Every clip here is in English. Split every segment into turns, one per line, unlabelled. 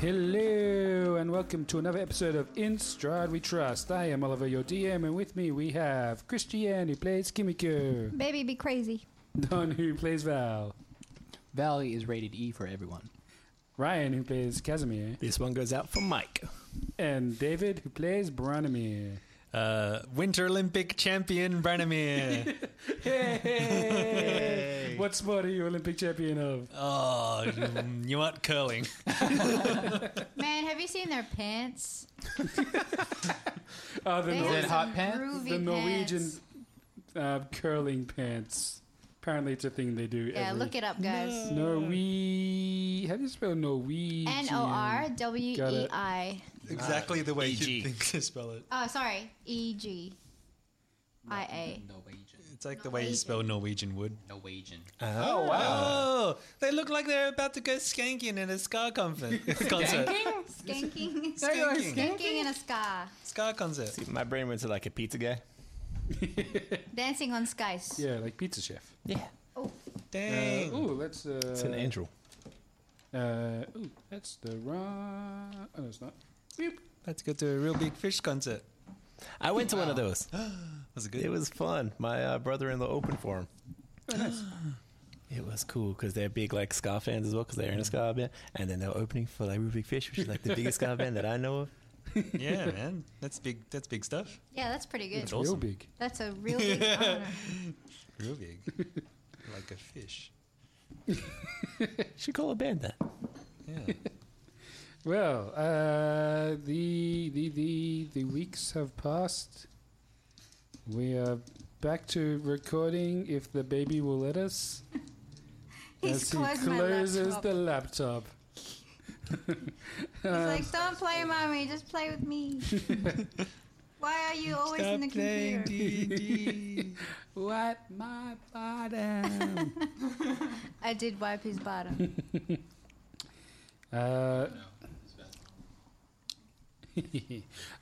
Hello and welcome to another episode of In Stride We Trust. I am Oliver, your DM, and with me we have Christiane who plays Kimiko,
Baby, be crazy.
Don who plays Val,
Valley is rated E for everyone.
Ryan who plays Casimir,
This one goes out for Mike.
and David who plays Branimir.
Uh, Winter Olympic champion Branimir.
Hey! what sport are you Olympic champion of?
oh, mm, you want curling?
Man, have you seen their pants?
Oh, the,
They
Nor-
have
that hot
some
pants?
groovy
the Norwegian
pants.
uh, curling pants. Apparently, it's a thing they do.
Yeah,
every-
look it up, guys.
Norwe. How do you spell Norwegian?
N O R W E I.
Exactly the way
E
EG.
you think to spell it.
Oh, sorry, E G I A.
Norwegian.
It's like the way you spell Norwegian wood.
Norwegian.
Oh wow! they look like they're about to go skanking in a ska conference. concert.
Skanking,
Skanking.
skanking in a ska,
Ska concert.
My brain went to like a pizza guy.
dancing on skies. Oh,
Yeah, like pizza chef.
Dang.
Uh, Ooh, that's uh,
It's an angel.
Oh.
Uh, ooh, that's the wrong. Oh, no, it's not.
Let's go to a real big fish concert.
I went to one of those.
Was it good?
It was fun. My uh, brother-in-law opened for him.
oh,
It was cool because they're big like ska fans as well because they're in a ska band, and then they're opening for like Real Big Fish, which is like the biggest ska band that I know of.
yeah, man. That's big. That's big stuff.
Yeah, that's pretty good.
all-
Real
Awesome.
big.
That's a real big honor.
Real big. like a fish.
Should call a band that.
Yeah.
Well, uh, the the the the weeks have passed. We are back to recording if the baby will let us.
He's
as
closed
he
my
closes
laptop.
the laptop.
He's like, don't play, mommy. Just play with me. Why are you always in the computer?
What my bottom?
I did wipe his bottom.
Uh, uh,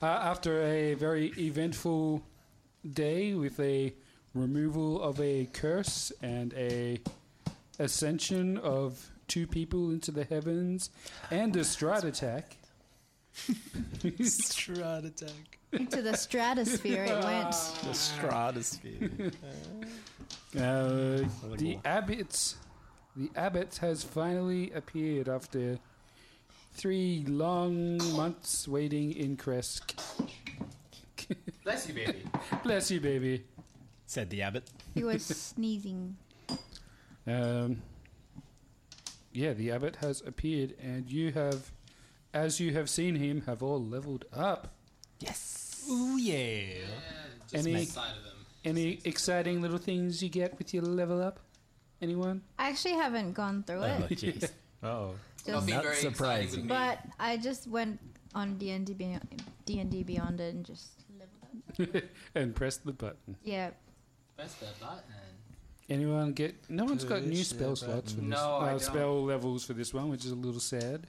after a very eventful day with a removal of a curse and a ascension of two people into the heavens and a stride attack,
Strat attack.
Into the stratosphere it went.
The Stratosphere.
uh, the abbot, the abbot has finally appeared after three long months waiting in Kresk.
Bless you, baby.
Bless you, baby.
Said the abbot.
He was sneezing.
Um, yeah, the abbot has appeared, and you have, as you have seen him, have all leveled up.
Ooh yeah.
any
Side of them.
any exciting little things you get with your level up? Anyone?
I actually haven't gone through
Oh
it,
jeez.
Oh.
I'll
just,
be
Not
very excited
surprising.
with me.
but I just went on D and D beyond D and D beyond it and just
And press the button.
yeah.
Press the button.
Anyone get? No one's got new
Push the
spell slots for this.
button. No, I
uh,
don't.
spell levels for this one, which is a little sad.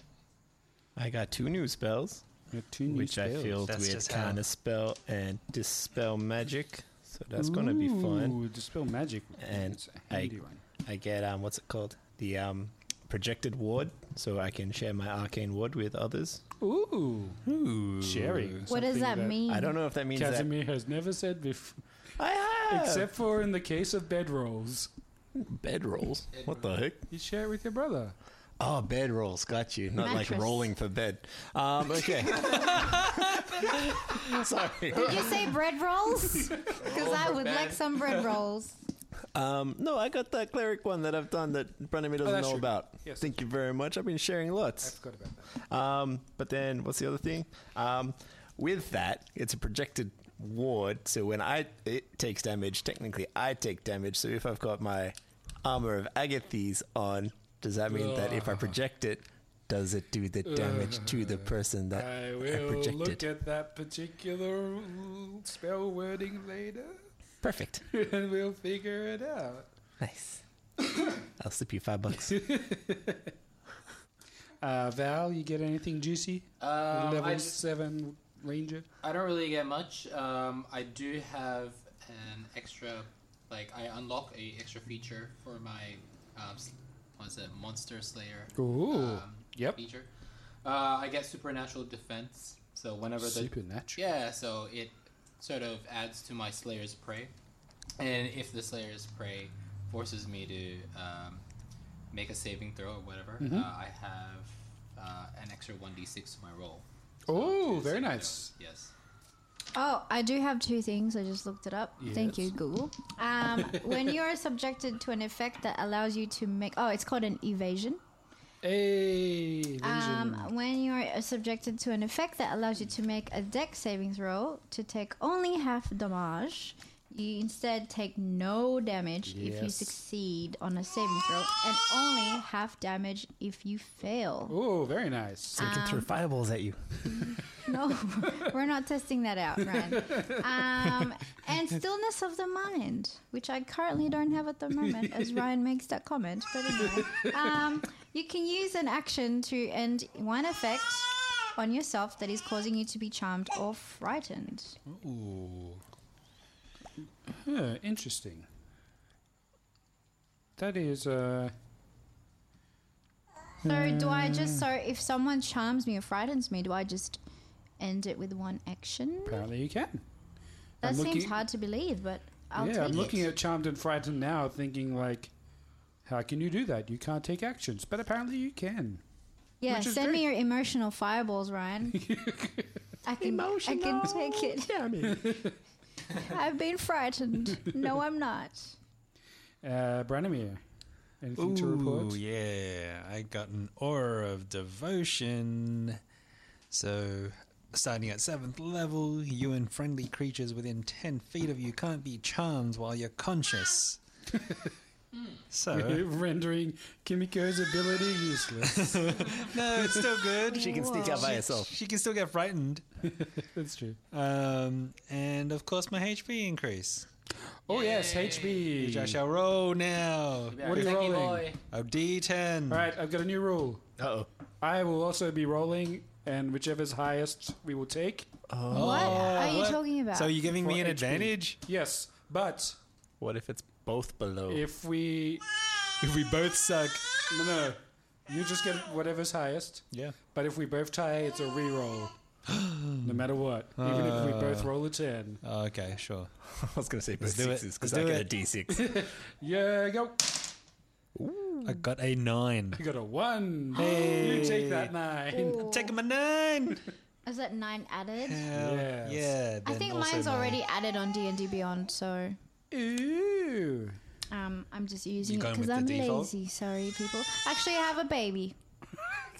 I got two new spells.
two new
which I
spells.
filled
That's
with
just how-
counter spell and dispel magic. So that's gonna be fun.
Ooh, dispel magic.
And
It's a handy
I-
one.
I get um, what's it called? The um, projected ward, so I can share my arcane ward with others.
Ooh,
Ooh,
sharing.
What does
something
that mean?
I don't know if that means that.
Casimir has never said before,
I have
except for in the case of bedrolls.
bedrolls. What the heck?
You share it with your brother.
Oh, bedrolls. Got you. Not like
Mattress.
rolling for bed. Um, okay. Sorry.
Did you say bread rolls? Because I would like some bread rolls.
Um, no, I got that cleric one that I've done that Brennan doesn't
Oh, that's
know
true.
about.
Yes, that's
Thank you very much. I've been sharing lots.
Forgot about that.
Um, but then what's the other thing? Um, with that, it's a projected ward, so when I it takes damage, technically I take damage. So if I've got my armor of Agathes on, does that mean that if I project it, does it do the damage to the person that
I
I,
will
projected?
look at that particular spell wording later,
Perfect.
and we'll figure it out.
Nice. I'll slip you five bucks.
Uh, Val, you get anything juicy?
Um,
Level
I, just-
seven ranger.
I don't really get much. Um, I do have an extra, like I unlock a extra feature for my, um, s- what is it, Monster Slayer?
Ooh,
Um,
yep.
Feature. Uh, I get supernatural defense. So whenever the
Supernatural.
Yeah, so it sort of adds to my Slayer's Prey. And if the Slayer's Prey forces me to um, make a saving throw or whatever,
Mm-hmm.
uh, I have uh, an extra 1d6 to my roll.
Ooh,
two
very
saving
nice.
throws, Yes.
Oh, I do have two things. I just looked it up. Thank you, Google. Um, when you are subjected to an effect that allows you to make. Oh, it's called an evasion.
Hey,
Um,
Vision.
when you are subjected to an effect that allows you to make a deck saving throw to take only half damage, you instead take no damage if you
Yes.
succeed on a saving throw, and only half damage if you fail.
Ooh, Oh, very nice.
so we can
Um,
throw fireballs at you.
No, we're not testing that out, Ryan. Um, and stillness of the mind, which I currently don't have at the moment, as Ryan makes that comment. But anyway, um, you can use an action to end one effect on yourself that is causing you to be charmed or frightened.
Ooh. Huh, interesting. That is, uh,
So, do I
Hmm.
just so if someone charms me or frightens me, do I just end it with one action?
apparently you can.
That
I'm
seems
looking-
hard to believe, but I'll
yeah,
take
I'm looking
it.
at Charmed and Frightened now, thinking, like, how can you do that? You can't take actions. But apparently you can.
Yeah,
Which is
send
great.
me your emotional fireballs, Ryan. I can, I can take it.
Uh,
I've been frightened. No, I'm not.
Uh, Branimir, anything to
Ooh,
report?
yeah. I got an aura of devotion. So, starting at seventh level, you and friendly creatures within 10 feet of you can't be charmed while you're conscious. so,
Rendering Kimiko's ability useless.
no, it's still good.
She can sneak out by herself.
She can still get frightened.
That's true.
Um, and of course, my HP increase,
Oh, yes,
which I
HB.
shall roll now.
What are you
Lucky
rolling?
boy.
A D10.
All right, I've got a new rule.
Uh oh.
I will also be rolling, and whichever's highest we will take.
what are you
Oh. What?
talking about?
So, you're giving me
For
an
HP.
advantage?
Yes, but
What if it's both below?
if we
If we both suck.
no no, you just get whatever's highest.
Yeah.
But if we both tie, it's a re-roll, no matter what. Even if we both roll a ten.
Uh, Oh, okay, sure.
I was going to say both
do it.
sixes because
Let's
I
do
get a
it.
d6.
Yeah, go.
I got a nine.
You got a one. You take that nine.
Ooh.
Taking my nine.
Is that nine added?
Yes.
Yeah.
I
then
think
also
mine's
nine.
already added on D and D Beyond, so
Ooh.
um, I'm just using it
going
because
with the
I'm
default?
lazy. Sorry, people. Actually, I have a baby.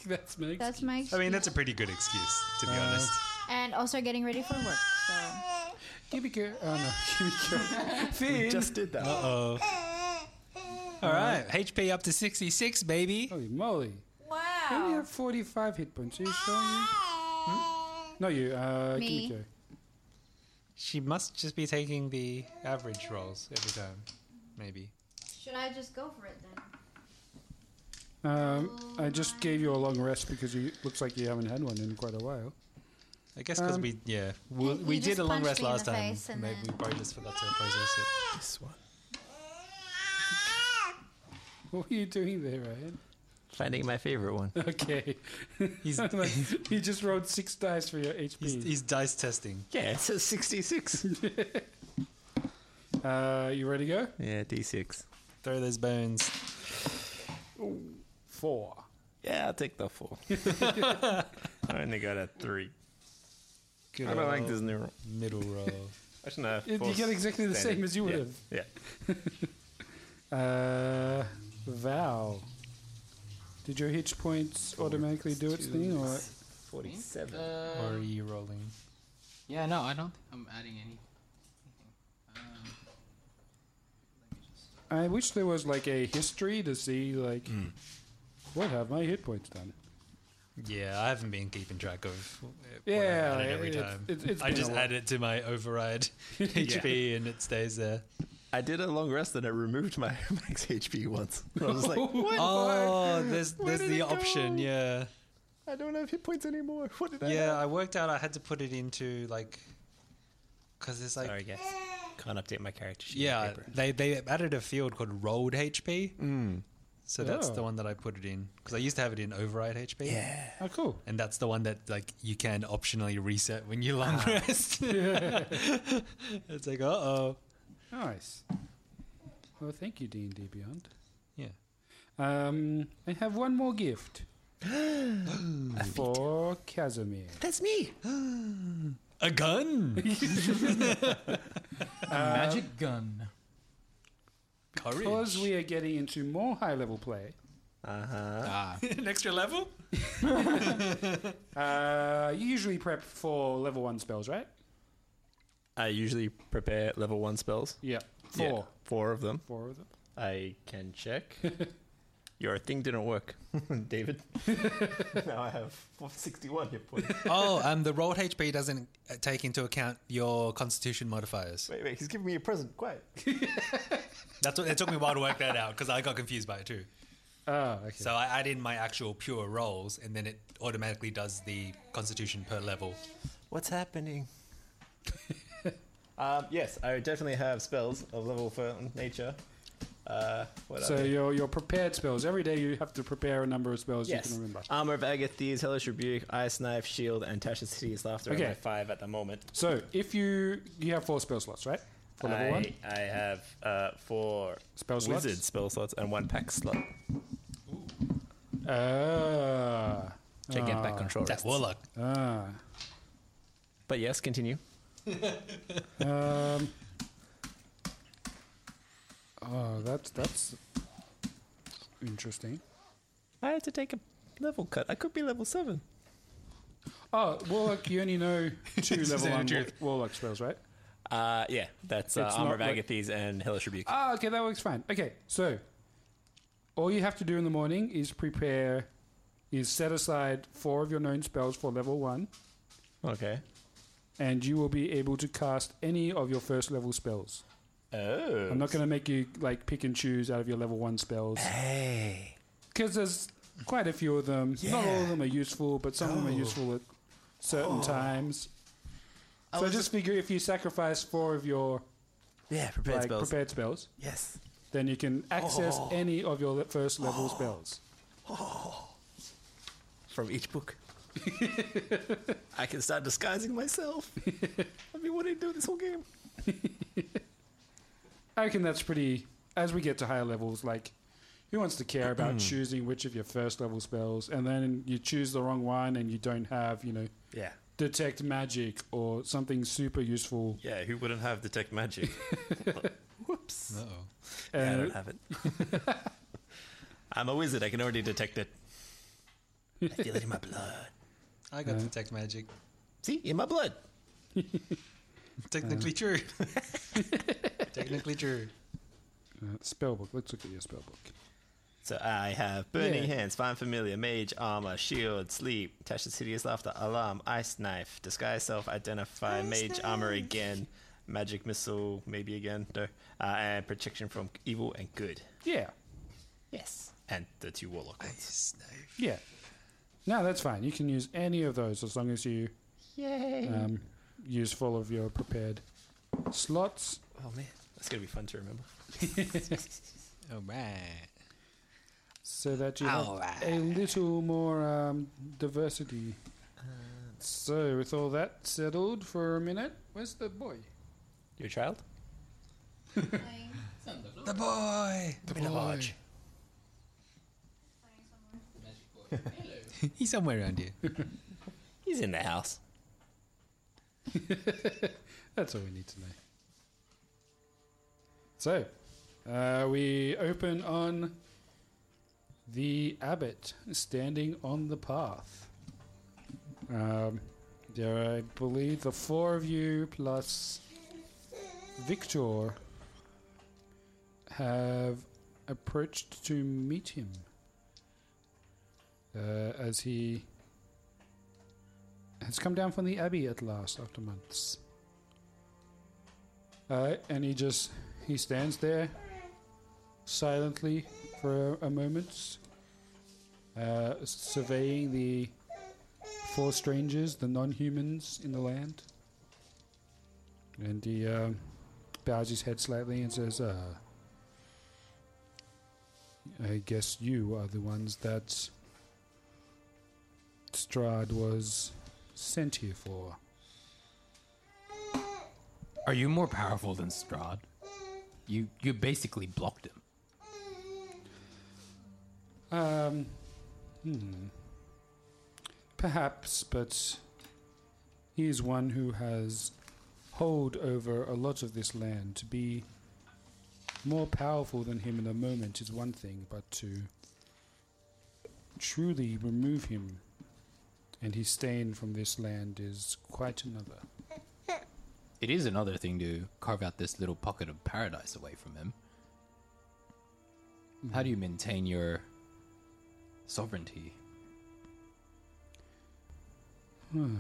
That's makes.
That's my.
I mean, that's a pretty good excuse, to be honest.
and also getting ready for work. So
Kimiko. Oh no, Kimiko. Finn.
Just did that.
All right, HP up to 66, baby.
Holy moly. You only
wow.
have forty-five hit points. Are you sure? You? Hmm? No, you. Uh,
Me.
Kimiko.
She must just be taking the average rolls every time, maybe.
Should I just go for it then?
Um, I just gave you a long rest because you looks like you haven't had one in quite a while.
I guess because we yeah we,
You-
we
you
did
just
a long rest
punched me in
last
the
time.
face and
Maybe we
then-
probably just forgot to process it.
This one.
What were you doing there, Ryan?
Finding my favorite one.
Okay.
He's
Like, you just rolled six dice for your HP.
he's, he's dice testing.
Yeah, it says 66.
uh, you ready to go?
yeah, D6.
Throw those bones.
Four.
Yeah, I'll take the four. I only got a three.
Good
I don't like
old
this new roll.
middle roll.
I shouldn't have.
You- you
forced
get exactly the
standard.
same as you would
Yeah,
have.
Yeah.
Uh, Val. Did your hitch points automatically do its thing? Or
47.
uh,
or are you rolling?
Yeah, no, I don't think I'm adding any.
I wish there was like a history to see like what have my hit points done.
Yeah, I haven't been keeping track of. uh, what I've
Yeah,
added every
it's-
time.
it's- it's
I
been a
just
while.
add it to my override HP and it stays there.
I did a long rest and it removed my max HP once. I was like, what?
Oh, there's there's the option. Yeah,
I don't have hit points anymore. What did I
yeah. I worked out. I had to put it into like because it's like
Sorry, guys. Can't update my character sheet.
yeah. They they added a field called rolled HP. So that's the
Oh.
one that I put it in because I used to have it in override HP. Yeah.
Oh, cool.
And that's the one that like you can optionally reset when you
Ah.
long rest. it's like uh oh.
Nice. Well, thank you, D and D Beyond.
Yeah.
Um, I have one more gift for Casimir.
That's me.
A gun.
Uh,
Magic gun.
Courage.
Because we are getting into more high-level play.
Uh-huh.
Ah.
An extra level.
Uh, you usually prep for level one spells, right?
I usually prepare level one spells.
Yeah. Four.
Yeah, four of them.
Four of them.
I can check. Your thing didn't work, David. now I have 61 hit points.
oh, um, the rolled HP doesn't uh, take into account your Constitution modifiers.
Wait, wait, he's giving me a present. Quiet.
That's what it took me a while to work that out because I got confused by it too.
Ah,
Oh, okay.
So I add in my actual pure rolls, and then it automatically does the Constitution per level.
What's happening? um, yes, I definitely have spells of level four nature. Uh, what
So
are they?
your your prepared spells. Every day you have to prepare a number of spells you
Yes.
can remember.
Armor of Agathys, Hellish Rebuke, Ice Knife, Shield, and Tasha's City's Laughter
Okay.
are my five at the moment.
So if you you have four spell slots, right? For level
I,
one.
I have uh, four
Spell slots?
wizard spell slots and one pack slot.
Ah.
Which I get back control.
That
rests.
warlock.
Ah.
But yes, continue. Uh,
Um. Oh, that's that's interesting.
I had to take a level cut. I could be level seven.
Oh, warlock, you only know two
This is
level one wa-
Andrew.
warlock spells, right?
Uh, yeah, that's uh,
It's
Armor of
not like-
Agathys and Hellish Rebuke.
Ah, okay, that works fine. Okay, so all you have to do in the morning is prepare, is set aside four of your known spells for level one,
Okay.
and you will be able to cast any of your first level spells.
Oh.
I'm not going to make you like pick and choose out of your level one spells
Hey.
because there's quite a few of them. Not all
Yeah. Oh.
of them are useful, but some of them are useful at certain times. So just figure if you sacrifice four of your
Yeah, prepared
like
spells.
prepared spells,
Yes. Oh.
then you can access any of your le- first level spells.
From each book. I can start disguising myself. I've been wanting to do this whole game.
I reckon that's pretty. As we get to higher levels, like who wants to care about choosing which of your first level spells, and then you choose the wrong one, and you don't have you know
Yeah.
detect magic or something super useful,
Yeah, who wouldn't have detect magic? Whoops.
Uh oh.
Yeah, I
and
don't have it. I'm a wizard. I can already detect it. I feel it in my blood. Uh-huh.
I got detect magic.
See, in my blood.
Technically true. Technically true.
uh, spell book. Let's look at your spell book.
So I have Burning
Yeah.
Hands, Find Familiar, Mage, Armor, Shield, Sleep, Tasha's Hideous Laughter, Alarm, Ice Knife, Disguise Self, Identify, Mage, Armor again, Magic Missile, maybe again, no, uh, and Protection from Evil and Good.
Yeah,
Yes. And the two Warlock ones.
yeah. No, that's fine. You can use any of those as long as you
Yay!
Um, use full of your prepared slots.
oh man, that's gonna be fun to remember.
All right.
so that you have a little more um, diversity.
Uh,
So, with all that settled for a minute, where's the boy?
Your child?
The boy. The
Lodge.
He's somewhere around here.
He's in the house.
That's all we need to know. So, uh, we open on the abbot standing on the path. Um, there, are, I believe, the four of you plus Victor have approached to meet him uh, as he has come down from the abbey at last after months. Uh, and he just he stands there silently for a, a moment, uh, surveying the four strangers, the non-humans in the land. And he um bows his head slightly and says, uh, "I guess you are the ones that Strad was sent here for."
Are you more powerful than Strahd? You you basically blocked him.
Um, hmm. Perhaps, but he is one who has hold over a lot of this land. To be more powerful than him in a moment is one thing, but to truly remove him and his stain from this land is quite another.
It is another thing to carve out this little pocket of paradise away from him. How do you maintain your sovereignty?
Hmm.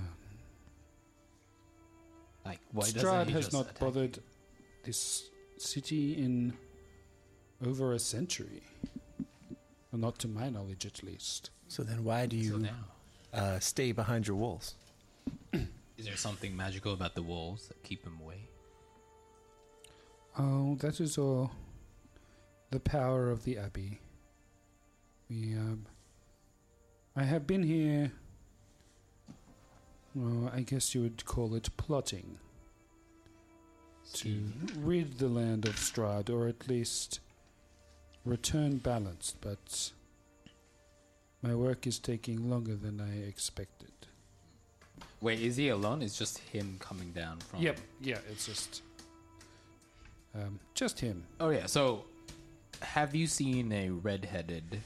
like why doesn't
Strad
he
has
just
not
attack
bothered this city in over a century. Not to my knowledge, at least.
So then, why do
till
you
now?
uh, stay behind your walls?
Is there something magical about the walls that keep him away?
Oh, that is all the power of the Abbey. We, um, I have been here. Well, I guess you would call it plotting. To rid the land of Strad, or at least return balance, but my work is taking longer than I expected.
Wait, is he alone? It's just him coming down from
Yep, yeah, it's just. Um, just him.
Oh yeah. So, have you seen a red-headed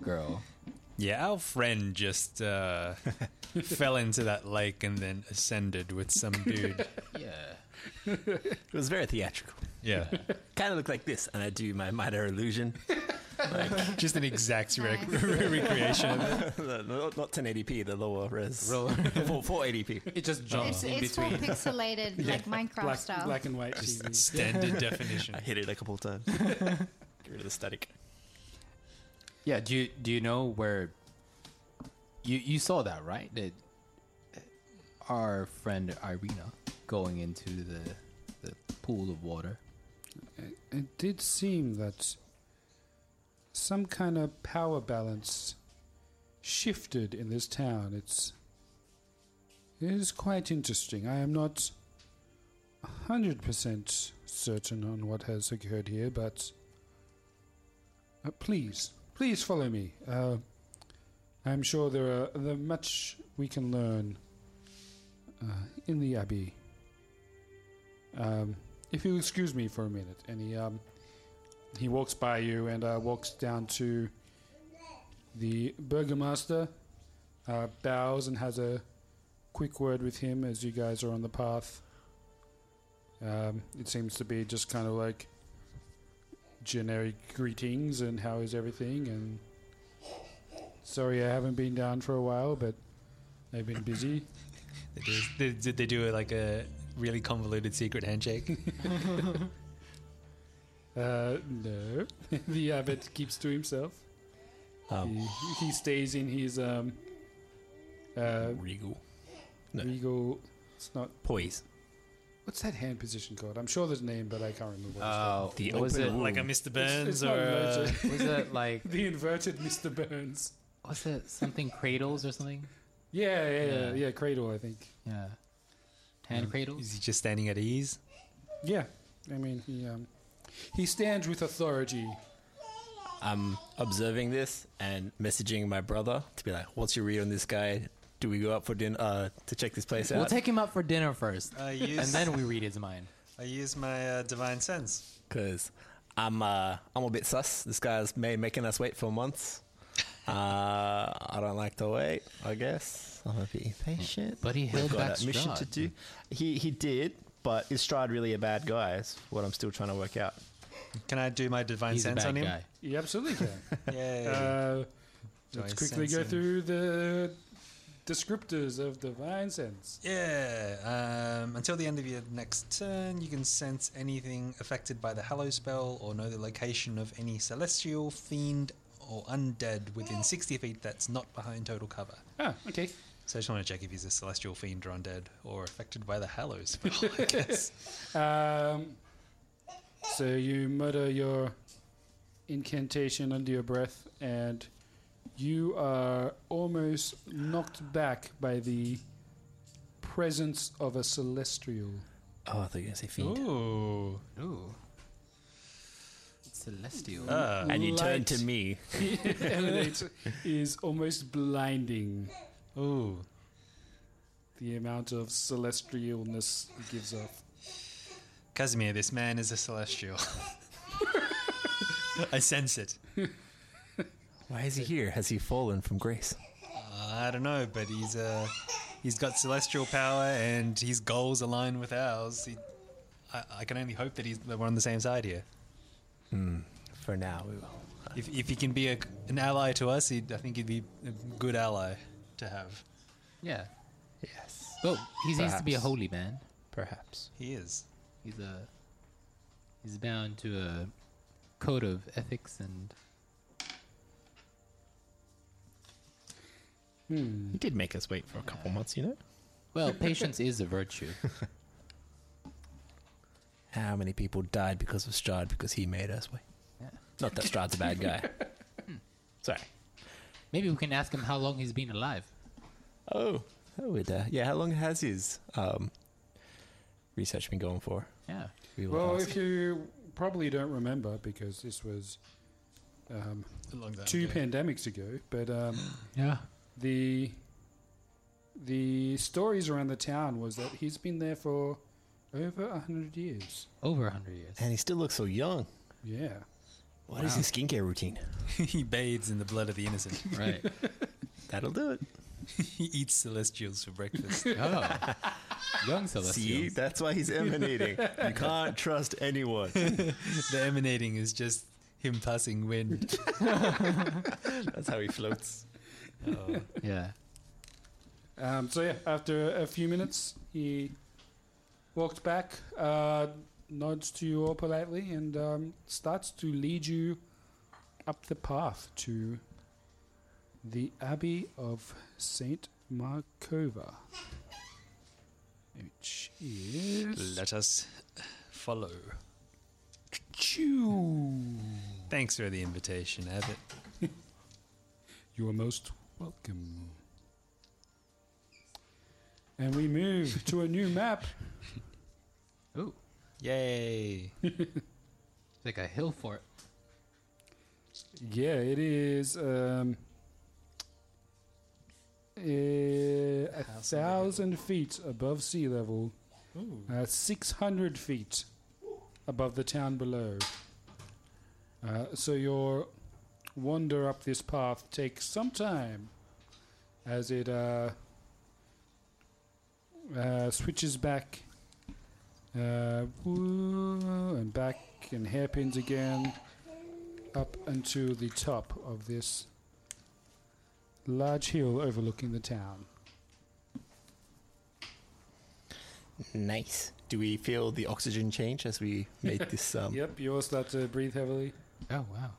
girl?
Yeah, our friend just uh, fell into that lake and then ascended with some dude.
yeah.
It was very theatrical.
Yeah,
Kind of looked like this, and I do my minor illusion.
just an exact rec-
Nice.
recreation of it.
not, not 1080p, the lower res.
Real-
480p.
It just jumps
It's,
in
it's full
between.
pixelated, like Minecraft
Black,
style.
black and white TV.
standard definition.
I hit it a couple of times. Get rid of the static.
Yeah. Do you do you know where? You you saw that right? That our friend Irina going into the the pool of water.
It did seem that some kind of power balance shifted in this town. It's it is quite interesting. I am not hundred percent certain on what has occurred here, but uh, please, please follow me. Uh, I'm sure there are there are much we can learn uh, in the abbey. Um, if you'll excuse me for a minute, and he um, he walks by you and uh, walks down to the burgomaster, uh, bows and has a quick word with him as you guys are on the path. Um, it seems to be just kind of like generic greetings and how is everything and sorry I haven't been down for a while, but I've been busy.
They do- they- Did they do like a really convoluted secret handshake?
Uh, no. the abbot keeps to himself.
Um.
Oh.
He, he stays in his um, uh,
Regal.
regal. It's not.
Poise.
What's that hand position called? I'm sure there's a name, but I can't remember. What
Oh,
The
what was
open
it?
wound. Like a Mr. Burns
Mm. it's not
or uh,
legit.
was it like
it's the inverted Mr. Burns.
was it something cradles or something?
Yeah, yeah, yeah,
Yeah.
yeah. Cradle, I think.
Yeah, hand cradles.
Is he just standing at ease?
Yeah, I mean he um, he stands with authority.
I'm observing this and messaging my brother to be like, "What's your read on this guy? Do we go out for dinner uh, to check this place
We'll
out?"
take him up for dinner first,
I use,
and then we read his mind.
I use my uh, divine sense.
Because I'm uh, I'm a bit sus. This guy's made making us wait for months. Uh, I don't like to wait. I guess I'm a bit Oh, impatient.
But he held
We've got
back
a mission to
Strahd.
do. He he did, but is Stride really a bad guy? Is what I'm still trying to work out.
Can I do my divine
He's a
sense
bad
on him?
guy.
You absolutely can.
Yay.
uh, let's
Divine
quickly go
sensing.
through the descriptors of divine sense.
Yeah. Um, until the end of your next turn, you can sense anything affected by the Hallow spell or know the location of any celestial, fiend, or undead within 60 feet that's not behind total cover.
Ah, okay.
So I just want to check if he's a celestial, fiend, or undead, or affected by the Hallow spell, I guess.
Um, so you mutter your incantation under your breath, and you are almost knocked back by the presence of a celestial.
Oh, I thought you were gonna say fiend.
Ooh.
Ooh, celestial.
Ah.
Ah.
and you turn
Light.
to me.
emanates is almost blinding.
Ooh.
the amount of celestialness he gives off.
Casimir, this man is a celestial. I sense it.
Why is he here? Has he fallen from grace?
I don't know, but he's uh, he's got celestial power, and his goals align with ours. He, I, I can only hope that he's that we're on the same side here.
Hmm, For now, Oh, we will.
If, if he can be a, an ally to us, he'd, I think he'd be a good ally to have.
yeah.
Yes,
Oh, he needs to be a
Perhaps.
holy man.
perhaps.
He is.
He's a he's bound to a code of ethics and
Hmm.
He did make us wait for a couple months, you know?
well, patience is a virtue.
How many people died because of Strahd because he made us wait? Not that Strahd's a bad guy. Sorry.
Hmm. Maybe we can ask him how long he's been alive.
Oh, that would, uh, yeah. How long has his um, research been going for?
Yeah.
We will
Well,
ask.
if you probably don't remember because this was um,
Along that
two
way.
pandemics ago, but um,
Yeah.
the the stories around the town was that he's been there for over a hundred years.
Over a hundred years.
and he still looks so young.
Yeah.
What is his skincare routine?
he bathes in the blood of the innocent.
Right.
That'll do it.
he eats celestials for breakfast.
Oh. Young celestial.
that's why he's emanating. you can't trust anyone.
the emanating is just him passing wind.
That's how he floats.
Oh.
Yeah.
Um, so yeah, after a few minutes, he walked back, uh, nods to you all politely, and um, starts to lead you up the path to the Abbey of Saint Markova, which is
Let us follow.
Jew.
Thanks for the invitation, Abbot.
You are most welcome. And we move to a new map.
Ooh.
Yay!
It's like a hill fort.
Yeah, it is. Um, eh, a thousand feet above sea level, uh, six hundred feet above the town below. Uh, so your wander up this path takes some time, as it uh, uh, switches back uh, woo- and back and hairpins again up until the top of this large hill overlooking the town.
Nice. Do we feel the oxygen change as we made this? Um,
Yep, you all start to breathe heavily
Oh wow.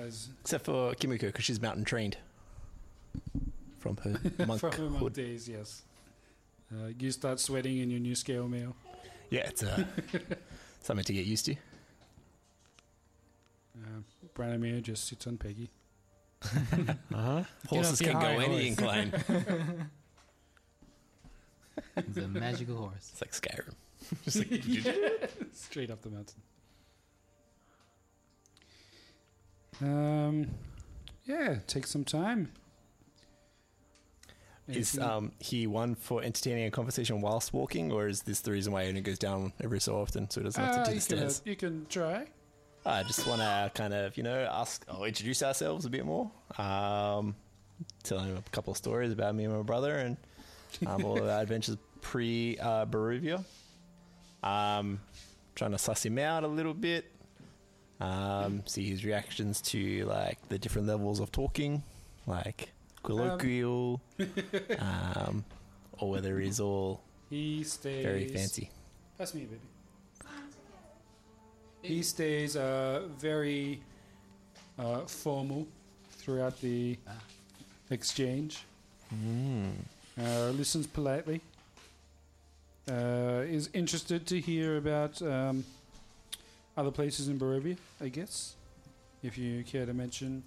as
Except for Kimiko, because she's mountain trained from her monk
from among
hood.
days, yes. Uh, you start sweating in your new scale mail.
Yeah, it's uh, something to get used to.
Uh, Branimir just sits on Peggy.
Uh-huh. Horses
your
can go
high
any
horse.
incline.
It's a magical horse.
It's like Skyrim.
Straight up the mountain. Um, yeah, take some time.
Is
Anything-
um, he one for entertaining a conversation whilst walking, or is this the reason why he only goes down every so often so he doesn't have
Ah,
to do
you,
the
can, uh,
stairs?
you can try.
I just want to kind of, you know, ask or introduce ourselves a bit more. Um, tell him a couple of stories about me and my brother and um, all of our adventures pre uh, Baruvia. Um, trying to suss him out a little bit, um, see his reactions to like the different levels of talking, like colloquial, um, or whether he's all
He stays.
very fancy.
That's me, baby. He stays uh, very uh, formal throughout the
Ah.
exchange.
Hmm.
Uh, listens politely. Uh, is interested to hear about um, other places in Barovia, I guess, if you care to mention.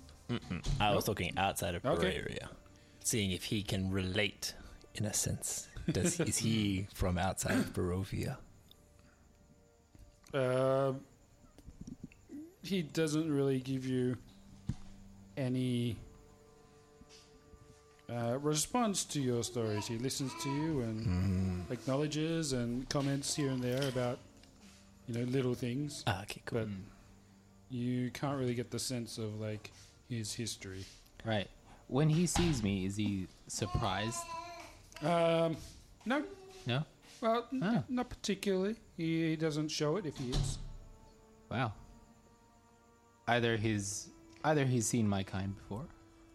I was talking outside of
Okay.
Bavaria, seeing if he can relate in a sense. Does is he from outside of Barovia?
Uh, he doesn't really give you any uh, response to your stories. He listens to you and
Hmm.
Mm.
acknowledges and comments here and there about you know little things,
Ah, okay, cool.
but you can't really get the sense of like his history.
Right. When he sees me, is he surprised?
Um, no,
No.
well, n-
Ah.
not particularly. He, he doesn't show it if he is.
Wow. Either he's either he's seen my kind before,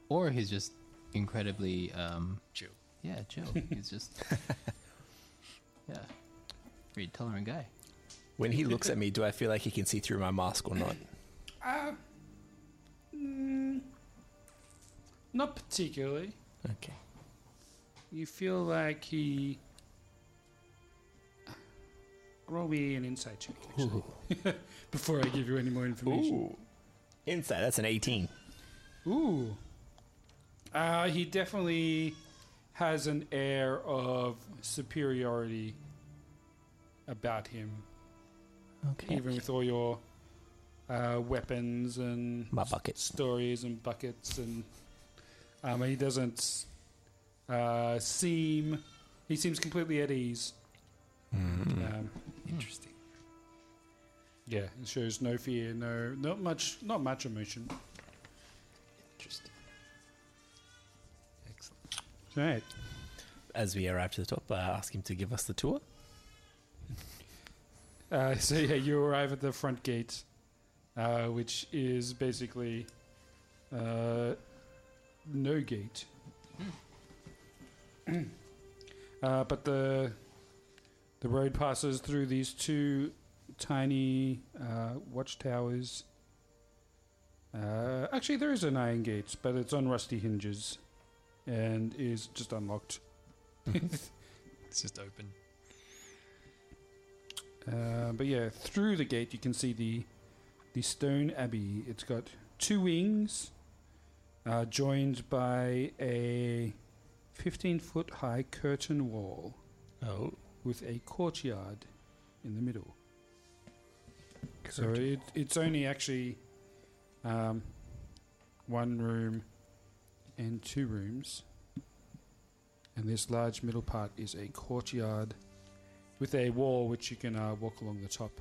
or he's just incredibly um, chill. Yeah, chill. he's just yeah, pretty tolerant guy.
when he looks at me, do I feel like he can see through my mask or not?
Uh, mm, Not particularly.
Okay.
You feel like he. Roll me an insight check actually, before I give you any more information.
Ooh. Inside, that's an 18.
Ooh. Uh, he definitely has an air of superiority about him,
Okay.
even with all your uh, weapons and
My buckets.
stories and buckets and um, he doesn't uh, seem he seems completely at ease um,
Interesting.
yeah it shows no fear no not much not much emotion
Interesting. Excellent.
right
As we arrive to the top, I ask him to give us the tour.
uh, so yeah you arrive at the front gate uh, which is basically uh, no gate uh, but the the road passes through these two tiny uh, watchtowers. Uh, actually, there is an iron gate, but it's on rusty hinges, and is just unlocked.
It's just open.
Uh, but yeah, through the gate you can see the the stone abbey. It's got two wings, uh, joined by a fifteen foot high curtain wall.
Oh.
with a courtyard in the middle. So it, it's only actually um, one room and two rooms. And this large middle part is a courtyard with a wall which you can uh, walk along the top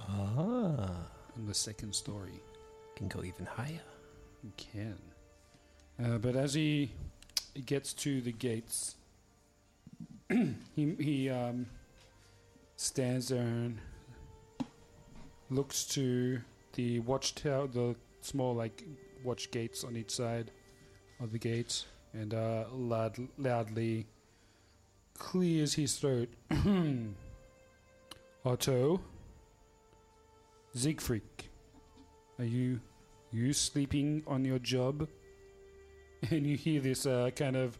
Ah.
on the second story.
Can go even higher.
You can. Uh, but as he he gets to the gates, he, he um, stands there and looks to the watchtower, the small like watch gates on each side of the gates, and uh, loud, loudly clears his throat. Otto, Siegfried, are you you sleeping on your job? And you hear this uh, kind of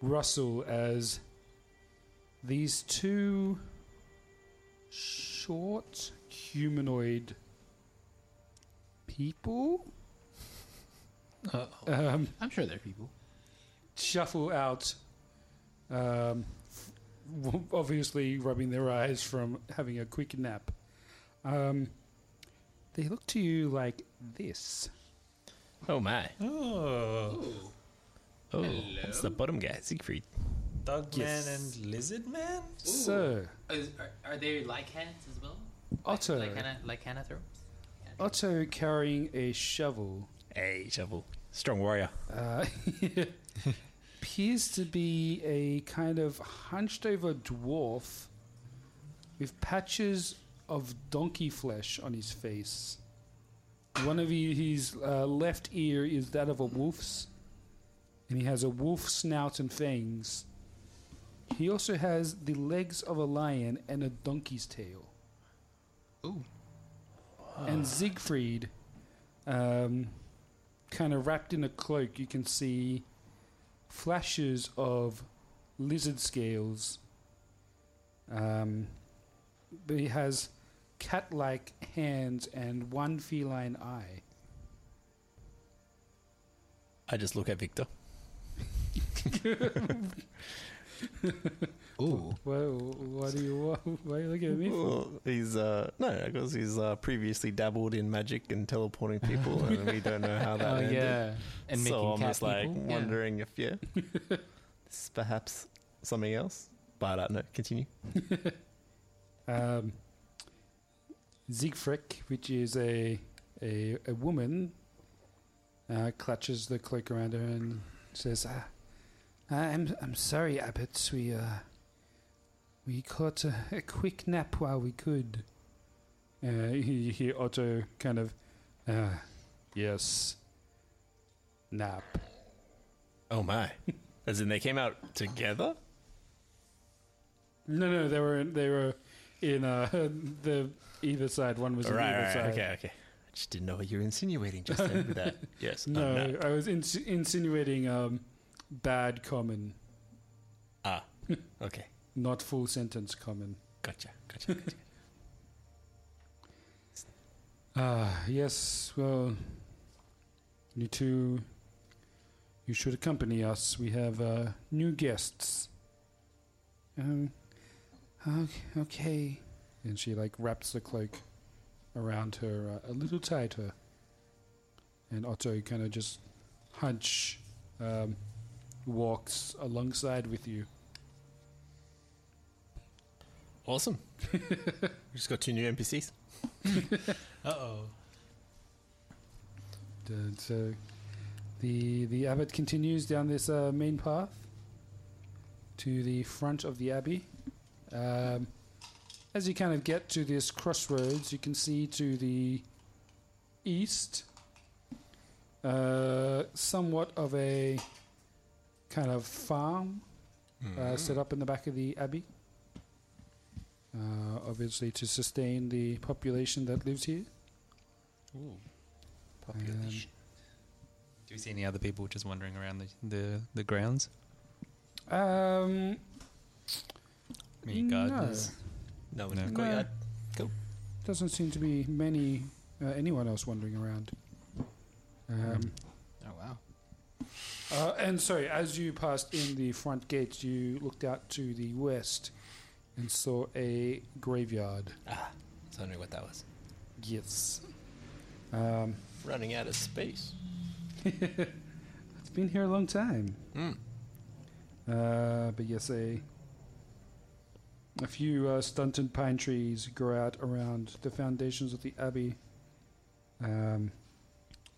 rustle as these two short humanoid people um,
I'm sure there are people.
shuffle out, um, w- obviously rubbing their eyes from having a quick nap. Um, they look to you like this.
Oh my!
Oh,
Oh, that's the bottom guy, Siegfried.
Dog
Yes.
Man and Lizard Man.
Sir,
Is, are, are they lycans as well?
Otter.
Lycana, lycananthropes?
Otto carrying a shovel
Hey, shovel, strong warrior.
uh, appears to be a kind of hunched over dwarf with patches of donkey flesh on his face. One of he- his uh, left ear is that of a wolf's, and he has a wolf snout and fangs. He also has the legs of a lion and a donkey's tail. Ooh. And Siegfried, um, kind of wrapped in a cloak, you can see flashes of lizard scales. Um, but he has cat like hands and one feline eye.
I just look at Victor.
Ooh.
Whoa, why do you, why, why are you looking at me? for?
Well, he's uh no, because he's uh, previously dabbled in magic and teleporting people, and we don't know how that
Oh,
ended.
yeah.
And
so
making
I'm
cat
just like
people?
wondering if yeah, this is perhaps something else. But I don't know. Continue.
Um, Siegfried, which is a, a, a woman, uh, clutches the cloak around her and says, ah, I'm, I'm sorry, Abbot. We, uh, we caught a, a quick nap while we could. Uh, you hear Otto kind of, uh, yes, nap.
Oh my! As in, they came out together.
No, no, they were in, they were in uh, the either side. One was on
Right,
either
right,
side.
okay, okay. I just didn't know what you were insinuating just then with that. Yes.
No,
uh,
I was ins- insinuating um, bad common,
Ah, Okay.
not full sentence common.
Gotcha. Gotcha. gotcha.
Ah, yes, well, you two, you should accompany us. We have uh, new guests. Um, okay, okay. And she, like, wraps the cloak around her uh, a little tighter. And Otto kind of just hunch, um, walks alongside with you.
awesome. we just got two new NPCs.
Uh oh.
And so the the abbot continues down this uh, main path to the front of the abbey. Um, as you kind of get to this crossroads, you can see to the east uh, somewhat of a kind of farm uh, set up in the back of the abbey. Uh, obviously, to sustain the population that lives here. Population.
Do we see any other people just wandering around the the, the grounds?
Um,
Any
No.
gardeners?
No,
No.
no.
no,
Courtyard. Cool.
doesn't seem to be many uh, anyone else wandering around. Um,
Oh, wow.
uh, and sorry, as you passed in the front gate, you looked out to the west and saw a graveyard.
I was wondering what that was.
Yes. Um,
Running out of space.
It's been here a long time. Uh, but yes, a a few uh, stunted pine trees grow out around the foundations of the abbey. Um,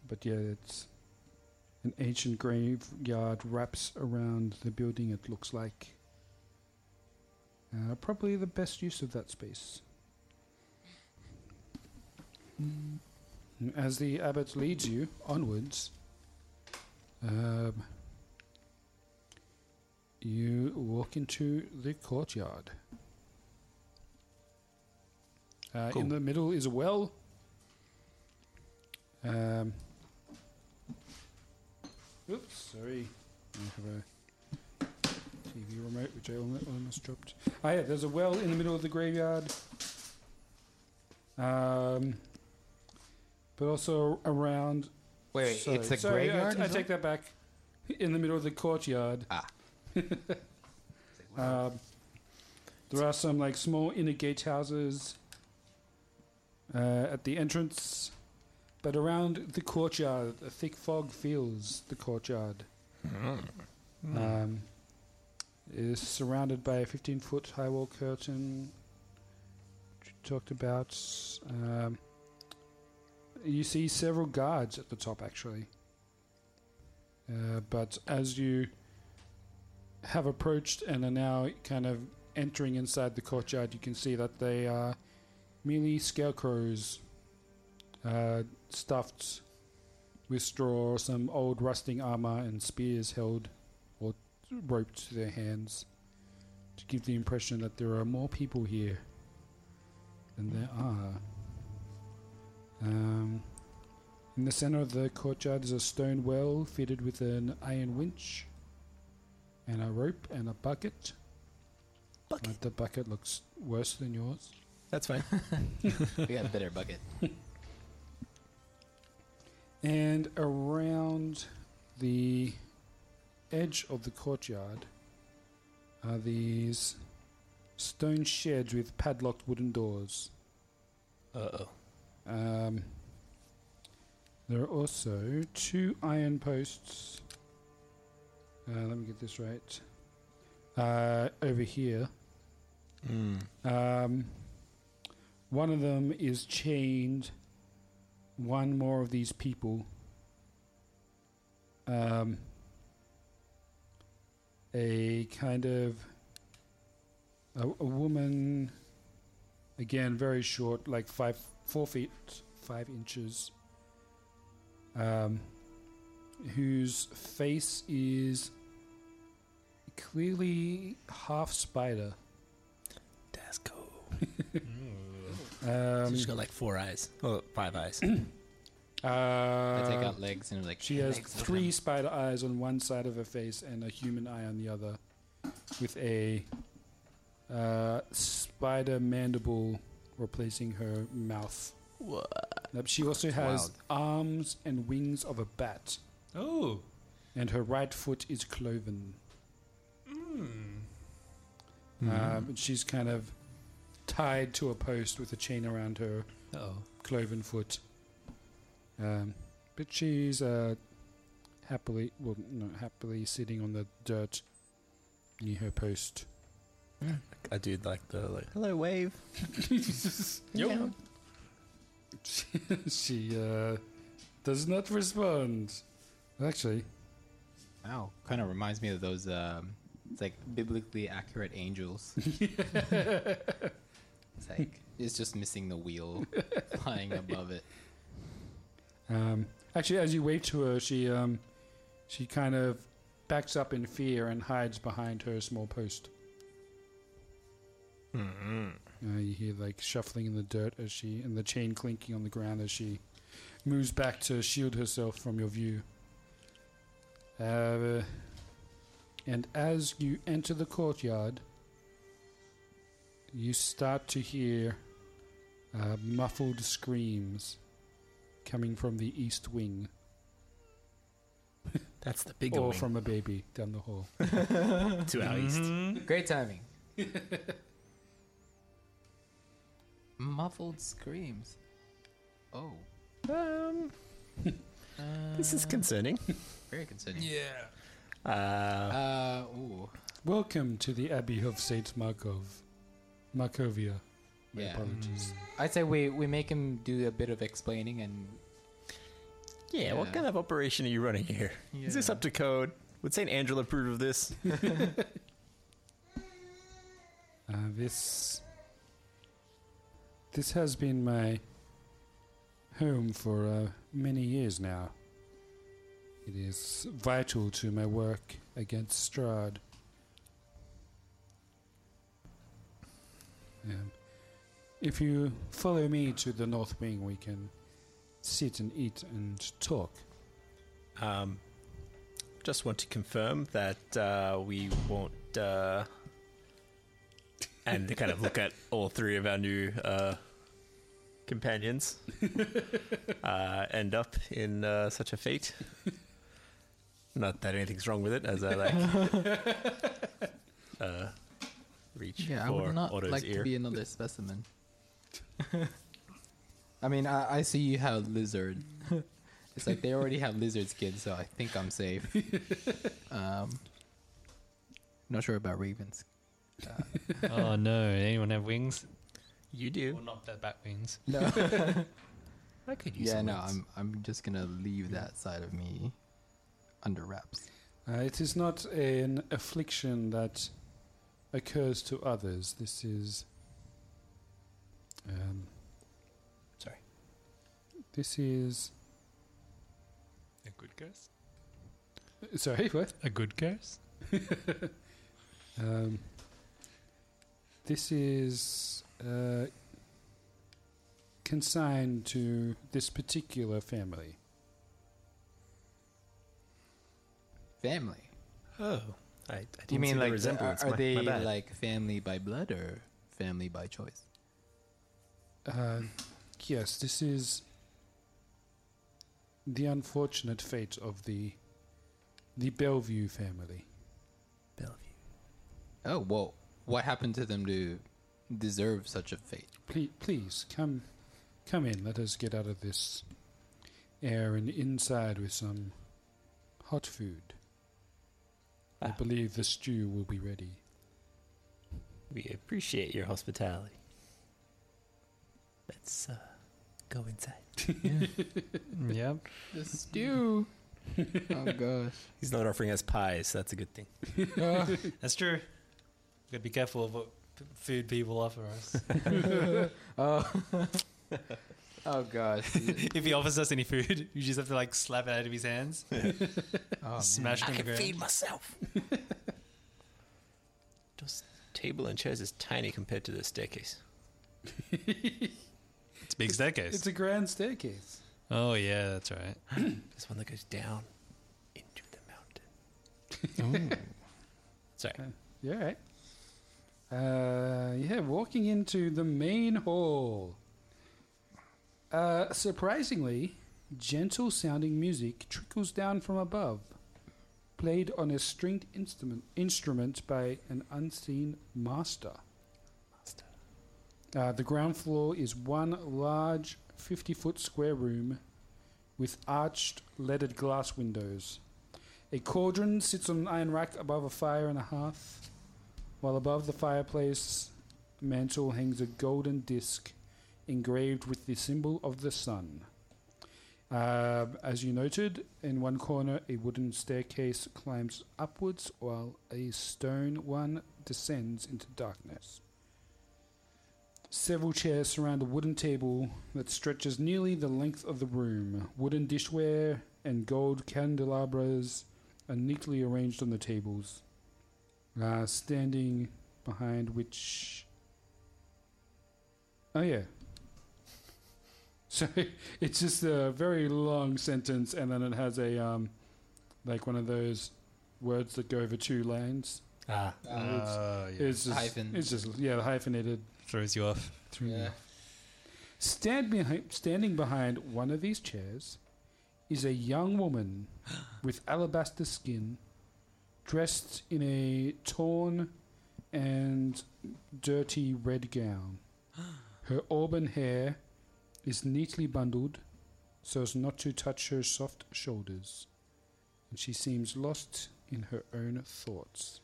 but yeah, it's an ancient graveyard wraps around the building. It looks like uh, probably the best use of that space. As the abbot leads you onwards, um, you walk into the courtyard. Uh, In the middle is a well. Um, oops, sorry. I have a TV remote, which I almo- almost dropped. Ah, yeah, there's a well in the middle of the graveyard. Um, but also around.
Wait, wait,
sorry,
it's a
sorry, I-
graveyard?
I,
is it?
take that back. In the middle of the courtyard. Ah. um, there are some like small inner gatehouses uh, at the entrance, but around the courtyard, a thick fog fills the courtyard. Um, it is surrounded by a 15 foot high wall curtain. which we Talked about. Um, you see several guards at the top, actually. Uh, but as you have approached and are now kind of entering inside the courtyard, you can see that they are merely scarecrows uh, stuffed with straw, some old rusting armor, and spears held or roped to their hands to give the impression that there are more people here than there are. Um, in the center of the courtyard is a stone well fitted with an iron winch and a rope and a bucket.
Bucket.
But the bucket looks worse than yours.
That's fine.
We got a better bucket.
And around the edge of the courtyard are these stone sheds with padlocked wooden doors. Uh oh. Um, there are also two iron posts. Uh, let me get this right. Uh, over here. Um, one of them is chained one more of these people um, a kind of a, a woman again very short like five four feet five inches um, whose face is clearly half spider
That's cool.
um,
She's got like four eyes. Well, five eyes.
I take
uh,
out legs and I'm like,
She has
"Legs, look at
three
them."
spider eyes on one side of her face and a human eye on the other, with a uh, spider mandible replacing her mouth. Yep, she also has arms and wings of a bat,
Oh,
and her right foot is cloven. Um,
Mm-hmm.
and she's kind of tied to a post with a chain around her
oh,
cloven foot. Um, but she's uh, happily, well, not happily sitting on the dirt near her post.
I do like the like.
Hello, wave.
Yep.
she uh, does not respond. Actually,
Wow, kind of reminds me of those. Um, it's like biblically accurate angels. it's like it's just missing the wheel, flying above it.
um, actually, as you wave to her, she um, she kind of backs up in fear and hides behind her small post. Uh, you hear like shuffling in the dirt as she and the chain clinking on the ground as she moves back to shield herself from your view. Uh, and as you enter the courtyard, you start to hear uh, muffled screams coming from the east wing
That's the big
or
wing.
from a baby down the hall.
to our east.
Great timing. Muffled screams. Oh,
Um, this is concerning.
very concerning.
yeah.
Uh,
Uh, ooh.
Welcome to the Abbey of Saint Markov. Markovia. My
Yeah. Mm.
apologies.
I'd say we, we make him do a bit of explaining and
yeah,
Yeah.
what kind of operation are you running here? Is this
Yeah.
up to code? Would St. Angela approve of this?
Uh, this this has been my home for uh, many years now. It is vital to my work against Strad. Um, if you follow me to the North Wing, we can sit and eat and talk.
Um, just want to confirm that uh, we won't uh, and kind of look at all three of our new uh,
Companions
uh, end up in uh, such a fate. Not that anything's wrong with it, as I like uh, reach
Yeah, I
for
would not
Otto's
like
ear.
to be another specimen. I mean, I, I see you have lizard. it's like they already have lizard skin, so I think I'm safe. um, not sure about ravens.
oh no! Anyone have wings?
you do.
Well, not their back wings.
No.
I could use.
yeah,
some
no,
wings.
I'm I'm just gonna leave that side of me under wraps.
Uh, it is not an affliction that occurs to others. This is. Um,
Sorry.
This is.
a good curse.
Sorry, what?
A good curse.
Um, this is uh, consigned to this particular family.
Family.
Oh, I, I didn't
Do you
see
mean
the
like
resemblance.
are,
my,
they
my bad.
like family by blood or family by choice?
Uh, yes, this is the unfortunate fate of the the Bellevue family.
Oh well, what happened to them to deserve such a fate?
Please, please come, come in. Let us get out of this air and inside with some hot food. I believe the stew will be ready.
We appreciate your hospitality. Let's uh, go inside.
yep.
The stew. oh gosh.
He's not offering us pies, so that's a good thing.
That's true. We gotta be careful of what p- food people offer us.
Um,
Oh gosh.
if he offers us any food, you just have to like slap it out of his hands,
Oh,
smash it on the ground.
myself. Those table and chairs is tiny compared to the staircase.
It's a big staircase.
It's a grand staircase.
oh yeah, that's right.
There's one that goes down into the mountain. Sorry.
Yeah, right. Uh, yeah, walking into the main hall. Uh, surprisingly, gentle sounding music trickles down from above, played on a stringed instrument instrument by an unseen master. Uh, the ground floor is one large 50 foot square room with arched leaded glass windows. A cauldron sits on an iron rack above a fire and a hearth, while above the fireplace mantle hangs a golden disc engraved with the symbol of the sun. Um, as you noted, in one corner a wooden staircase climbs upwards while a stone one descends into darkness. Several chairs surround a wooden table that stretches nearly the length of the room. Wooden dishware and gold candelabras are neatly arranged on the tables, uh, standing behind which. Oh, yeah. So it's just a very long sentence, and then it has a, um, like one of those words that go over two lines.
Ah,
Uh, yeah.
It's just,
Hyphen.
it's just, yeah, the hyphenated
throws you off.
through. Stand behind, standing behind one of these chairs is a young woman with alabaster skin, dressed in a torn and dirty red gown. Her auburn hair is neatly bundled so as not to touch her soft shoulders, and she seems lost in her own thoughts.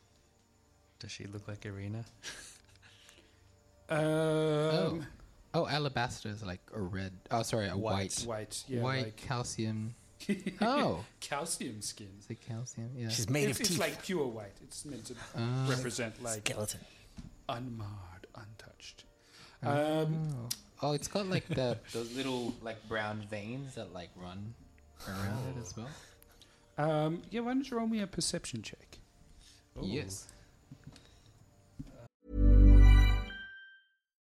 Does she look like Irina?
Um,
Oh. Oh, alabaster is like a red. Oh, sorry, a white. White,
White, yeah, like
calcium. oh,
calcium skin.
is it calcium? Yeah.
she's made
It's,
of
it's
teeth.
like pure white. It's meant to represent like
skeleton.
unmarred, untouched. Um,
oh. oh, it's got like the
Those little like
like brown veins that like run around it as well.
um, yeah, why don't you roll me a perception check? Oh.
Yes.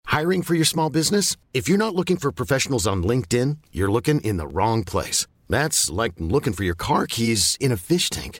Hiring for your small business? If you're not looking for professionals on LinkedIn, you're looking in the wrong place. That's like looking for your car keys in a fish tank.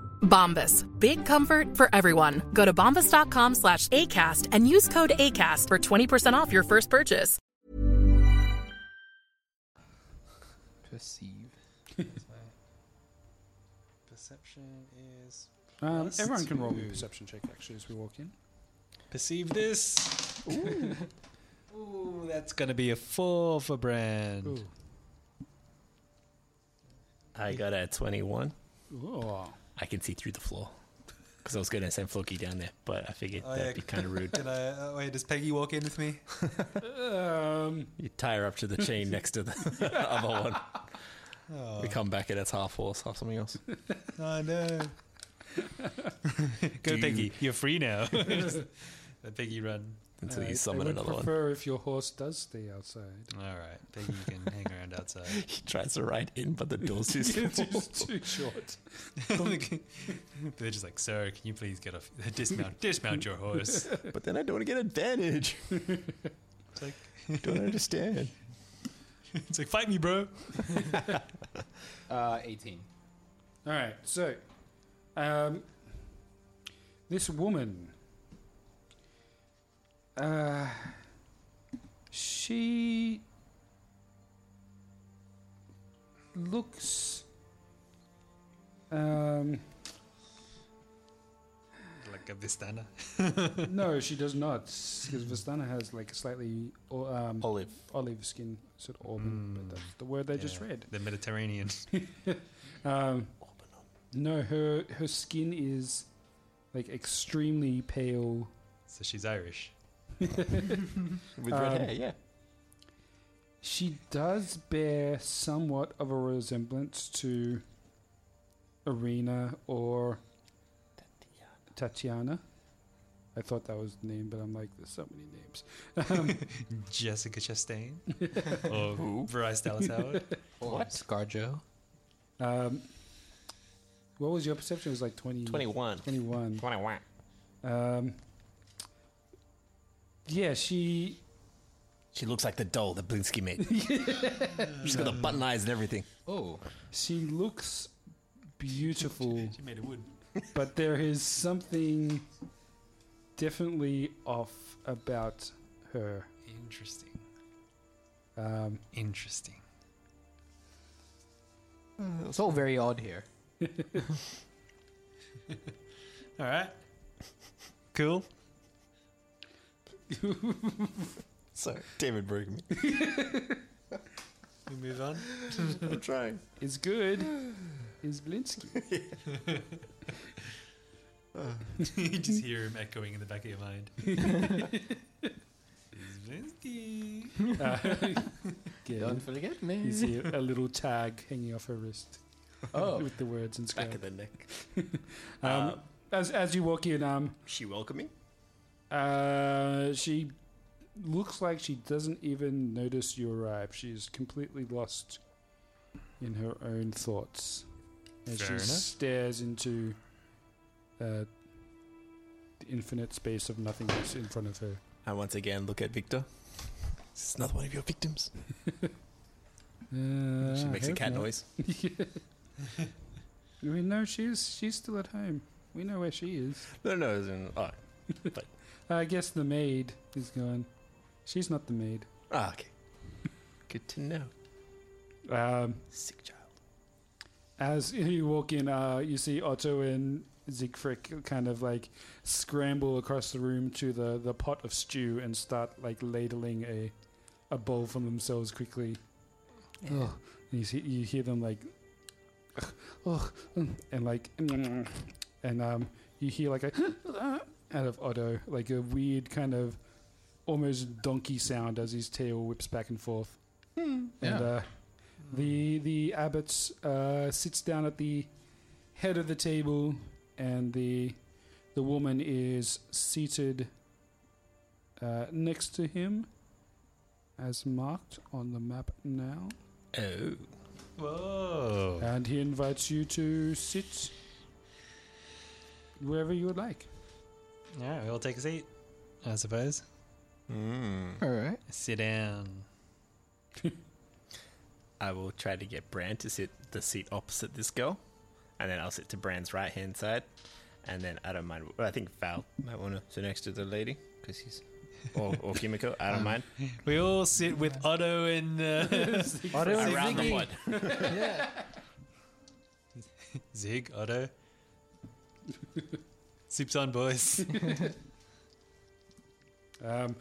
Bombas. Big comfort for everyone. Go to bombas.com slash ACAST and use code ACAST for 20% off your first purchase.
Perceive.
Perception is.
Um,
plus
everyone can roll me a
two.
perception check actually as we walk in.
Perceive this. Ooh. that's gonna be a four for Brand.
I got a 21.
Oh.
I can see through the floor. Because I was going to send Floki down there, but I
Oh,
figured that'd be kind of rude.
Did I, uh, wait, does Peggy walk in with me?
Um,
You tie her up to the chain next to the other one.
Oh.
We come back and it's half horse, half something else.
I know. Go,
Dude.
Peggy. You're free now. Let Peggy run.
Until you
I
summon
Uh, would
another one.
prefer if your horse does stay outside.
All right. Peggy can hang around outside.
He tries to ride in, but the door's too
It's
small.
just too short.
They're just like, sir, can you please get off? Dismount. Dismount your horse.
But then I don't want to get advantage.
It's like,
Don't understand.
it's like fight me, bro.
Uh, 18.
All right, so um, this woman, uh, she looks um,
Like a Vistana.
no, she does not, because Vistana has like a slightly o- um,
Olive.
olive skin, sort of auburn, but that's the word they just
Mm. Yeah,
read.
The Mediterranean.
Um, no, her her skin is like extremely pale.
so she's Irish.
With red
Um,
hair, yeah.
She does bear somewhat of a resemblance to Arena or Tatiana. I thought that was the name, but I'm like, there's so many names. Um,
Jessica Chastain. or Bryce Dallas Howard.
What? Scarjo.
Um, what was your perception? It was like 20,
21.
21.
21.
Um, yeah, she
She looks like the doll that Blinsky made. She's got the button eyes and everything.
Oh,
she looks beautiful.
She made of wood.
but there is something definitely off about her.
Interesting.
Um,
Interesting.
it's all Hmm. very odd here.
All right. Cool.
So, David broke me.
We move on.
I'm trying.
is good. Is Blinsky?
you just hear him echoing in the back of your mind. Zvinsky.
Don't forget
You
me.
see a little tag hanging off her wrist
Oh,
with the words inscribed.
Back of the neck.
Um,
Uh,
As as you walk in, um,
she welcoming.
Uh, she looks like she doesn't even notice you arrive. She's completely lost in her own thoughts as she
Fair enough.
stares into uh, the infinite space of nothingness in front of her.
I once again look at Victor. This is another one of your victims.
Uh,
she
I
makes a
hope
cat
not.
noise.
Yeah. we know she's she's still at home. We know where she is.
No, no, as in, oh, but
I guess the maid is gone. She's not the maid.
ah, okay. Good to know.
Um,
Sick child.
As you walk in, uh, you see Otto and Siegfried kind of like scramble across the room to the, the pot of stew and start like ladling a a bowl for themselves quickly. Oh, and you, see, you hear them like, oh, mm, and like, mm, and um, you hear like a out of Otto, like a weird kind of almost donkey sound as his tail whips back and forth.
Hmm.
And
Yeah.
uh, the the abbot uh, sits down at the head of the table, and the the woman is seated uh, next to him, as marked on the map now.
Oh.
Whoa! And he invites you to sit wherever you would like.
All right, we'll take a seat, I suppose.
All right.
Sit down.
I will try to get Bran to sit the seat opposite this girl, and then I'll sit to Bran's right hand side, and then I don't mind. well, I think Val might want to sit next to the lady because he's or, or Kimiko. I don't
Um,
mind.
We all sit with Otto and uh,
Otto and
around the
Ziggy.
pod.
Yeah.
Zig Otto. Soup's on, boys.
um,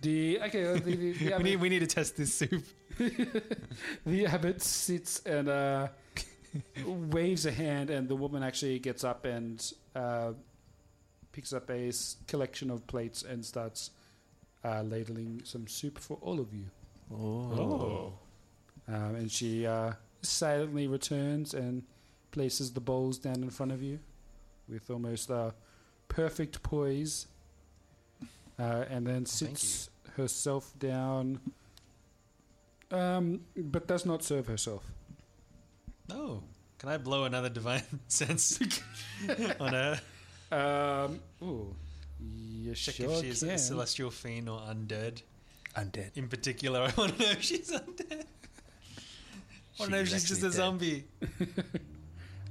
the okay. uh, The, the, the
we
abbot-
need we need to test this soup.
the abbot sits and uh, waves a hand, and the woman actually gets up and uh, picks up a s- collection of plates and starts uh, ladling some soup for all of you.
Oh.
Um, and she uh, silently returns and places the bowls down in front of you with almost uh, perfect poise, uh, and then sits herself down. Um, but does not serve herself.
Oh, can I blow another divine sense on her?
Um, ooh, you
Check
sure
if she's
can.
a celestial fiend or undead.
Undead.
In particular, I want to know if she's undead. I want to know if
She's
she's just a
actually dead.
zombie.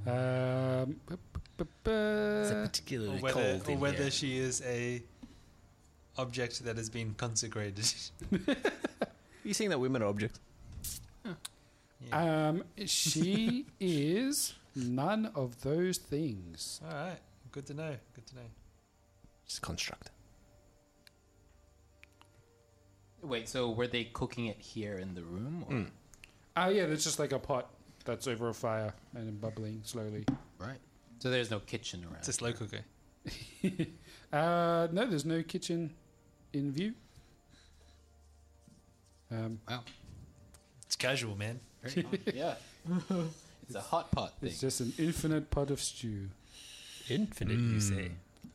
Um, bu- bu- bu- Uh,
or whether, or whether she is a object that has been consecrated.
you saying that women are objects?
Um, she is none of those things.
All right, good to know. Good to know.
It's construct.
Wait, so were they cooking it here in the room? Or?
Hmm.
Ah, yeah, that's just like a pot that's over a fire and bubbling slowly.
Right. So there's no kitchen around.
It's a slow cooker.
Uh, no, there's no kitchen in view. Um,
wow.
It's casual, man.
yeah. It's a hot pot thing.
It's just an infinite pot of stew. Hmm.
Infinite, you say? Ah.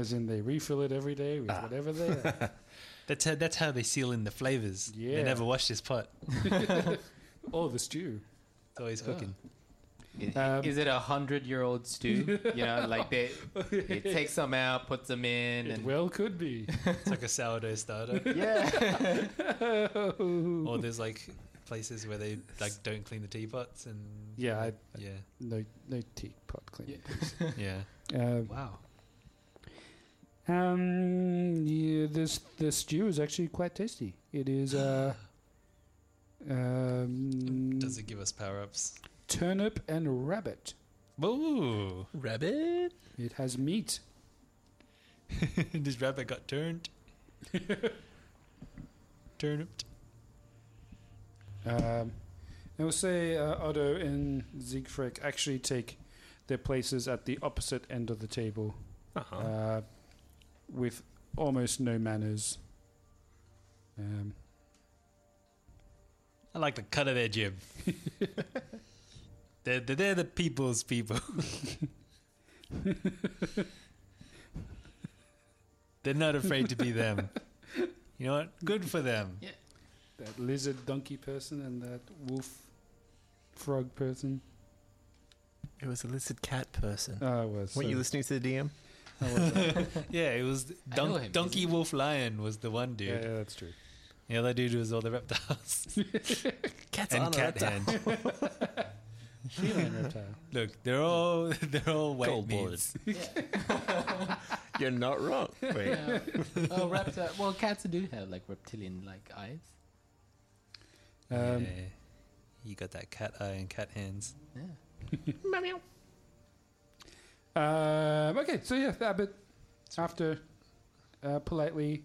As in, they refill it every day with whatever they are.
That's how, that's how they seal in the flavors.
Yeah.
They never wash this pot.
oh, the stew.
It's always cooking.
Um,
I-
Um,
is it a hundred year old stew? You know, like they, they take some out, put some in, and
well could be.
It's like a sourdough starter.
Yeah.
or there's like places where they like don't clean the teapots and
Yeah, I,
yeah.
No, no teapot cleaning, please.
Yeah.
Uh,
wow.
Um, yeah, this the stew is actually quite tasty. It is uh, um,
Does it give us power ups?
turnip and rabbit.
Ooh,
rabbit!
It has meat.
this rabbit got turned. Turniped.
Um, I will say uh, Otto and Siegfried actually take their places at the opposite end of the table,
Uh-huh.
uh, with almost no manners. Um,
I like the cut of their jib. they're, they're, they're the people's people. They're not afraid to be them. You know what? Good for them.
Yeah.
That lizard donkey person and that wolf frog person.
It was a lizard cat person.
Oh, I was.
Weren't you
sorry.
listening to the DM?
yeah, it was
I know
Don-
him,
Donkey Wolf Lion was the one dude.
Yeah, yeah, that's true.
The other dude was all the reptiles.
Cats
and
aren't a
cat
reptile.
hand.
Feline reptile.
Look, they're all they're all white
Gold-blooded.
meats.
You're not wrong. Wait.
Yeah. oh, reptile. Well, cats do have like reptilian-like eyes.
Um,
yeah. You got that cat eye and cat hands.
Um, okay, so yeah, that bit. After uh, politely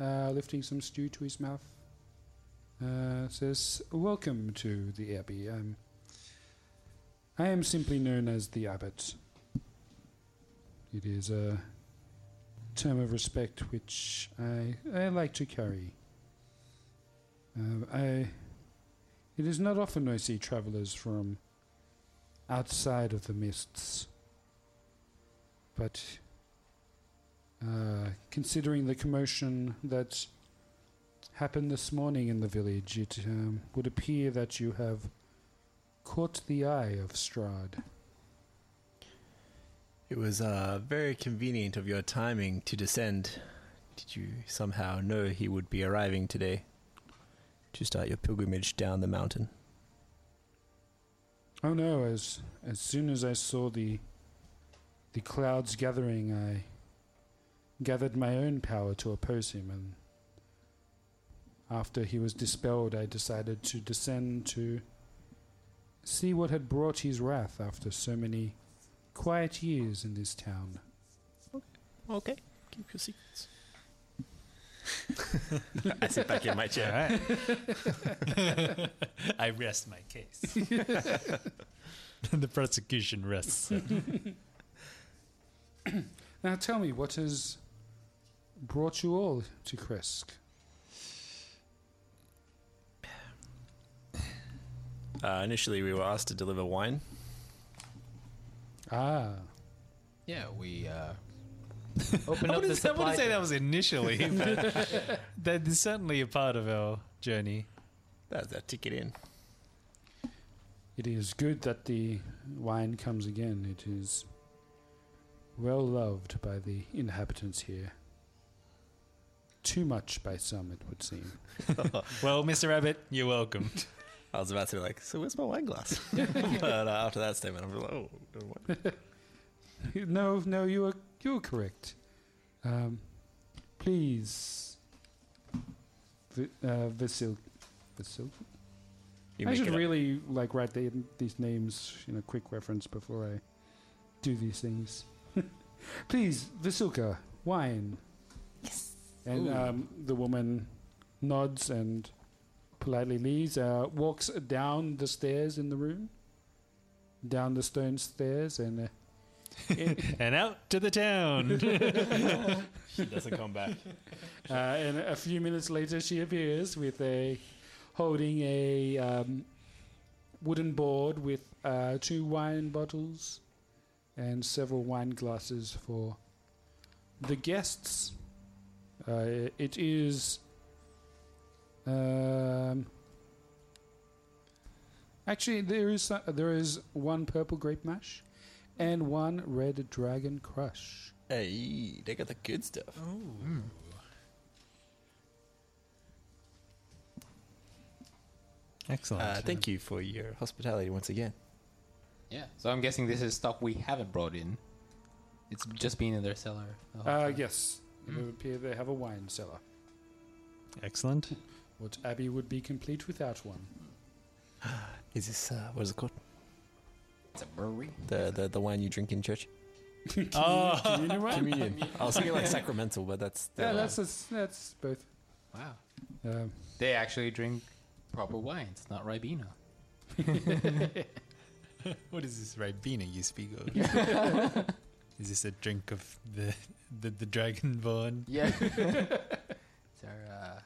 uh, lifting some stew to his mouth, uh, says, "Welcome to the abbey. I'm. I am simply known as the abbot. It is a term of respect which I I like to carry. Um, I. It is not often I see travelers from outside of the mists." but uh, considering the commotion that happened this morning in the village, it um, would appear that you have caught the eye of Strad.
It was uh, very convenient of your timing to descend. Did you somehow know he would be arriving today to start your pilgrimage down the mountain?
Oh no! As as soon as I saw the the clouds gathering, I gathered my own power to oppose him, and after he was dispelled, I decided to descend to see what had brought his wrath after so many quiet years in this town.
Okay, keep your secrets. I sit back in my chair.
Alright. I rest my case. the prosecution rests.
Now tell me, what has brought you all to Kresk?
Uh, initially, we were asked to deliver wine.
Ah.
Yeah, we uh,
I
open up the
wouldn't, I
supply.
wouldn't say that was initially, but that is certainly a part of our journey.
That's that ticket in.
It is good that the wine comes again. It is well loved by the inhabitants here. Too much by some, it would seem.
well, Mr. Rabbit, you're welcome.
I was about to be like, so where's my wine glass? but uh, after that statement, I'm like, oh, what?
no, no, you are you are correct. Um, please, v- uh, Vasil, Vasil.
You
I
make
should
it up.
really like write the, these names in a quick reference before I do these things. please, Vasilka, wine. Yes. And
Ooh.
um, the woman nods and politely leaves. Uh, walks down the stairs in the room, down the stone stairs, and. Uh,
and out to the town.
she doesn't come back.
Uh, and a few minutes later, she appears with a holding a um, wooden board with uh, two wine bottles and several wine glasses for the guests. Uh, it is um, actually there is so- there is one purple grape mash and one red dragon crush.
Hey, they got the good stuff. Mm.
Excellent.
Uh, thank you for your hospitality once again.
Yeah. So I'm guessing this is stuff we haven't brought in. It's just been in their cellar. the whole
Uh,
time.
yes, it would appear they have a wine cellar.
Excellent.
What abbey would be complete without one?
Is this, uh, what is it called?
It's a brewery.
The, the, the wine you drink in church?
Oh.
Communion wine?
Communion. I was thinking like sacramental, but that's.
Yeah, that's, that's that's both.
Wow.
Um,
They actually drink proper wine. It's not Ribena.
What is this Ribena you speak of? is this a drink of the the, the dragonborn?
Yeah. it's our, uh,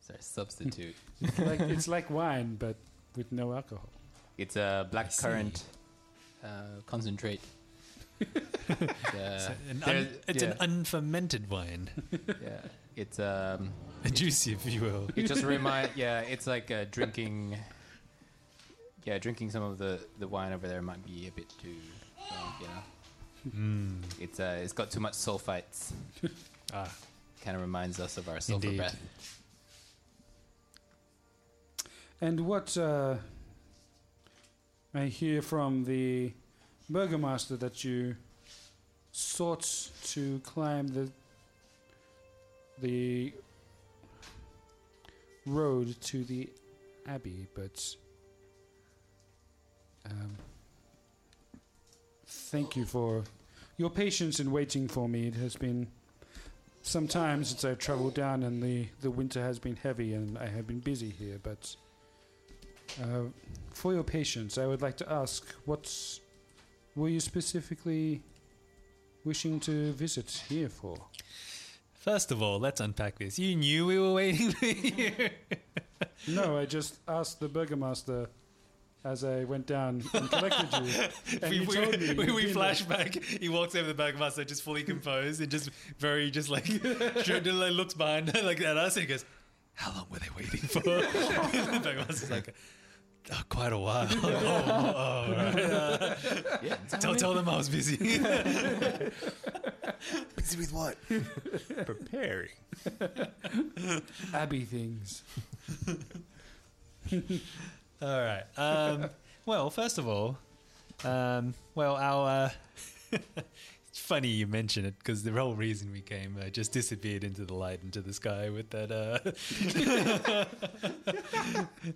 it's our substitute.
it's like it's like wine, but with no alcohol.
It's a black currant
concentrate.
Uh,
It's an un- it's an unfermented wine.
yeah, it's um,
juicy, if you will.
uh, It just remind, yeah, it's like uh, drinking. Yeah, drinking some of the, the wine over there might be a bit too, strong, you know.
Mm.
It's uh, it's got too much sulfites.
ah,
kind of reminds us of our sulfur
Indeed.
breath.
And what uh, I hear from the burgomaster that you sought to climb the the road to the abbey, but um, thank you for your patience in waiting for me. It has been some time since I've traveled down, and the, the winter has been heavy, and I have been busy here. But uh, for your patience, I would like to ask what were you specifically wishing to visit here for?
First of all, let's unpack this. You knew we were waiting for you.
No, I just asked the burgomaster as I went down and collected you. and
we,
you
we,
told me
we-
you'd
we
been
flash
there.
back. He walks over the burgomaster, just fully composed, and just very, just like, straight- like, looks behind like at us, and he goes, "How long were they waiting for?" the burgomaster's like, "Oh, "Quite a while." oh, oh, right.
Yeah, tell
tell,
me.
tell them I was busy.
Busy with what? Preparing. Abbey things.
All right. Um, well, first of all, um, well, our. Uh, it's funny you mention it because the whole reason we came uh, just disappeared into the light, into the sky with that. Uh,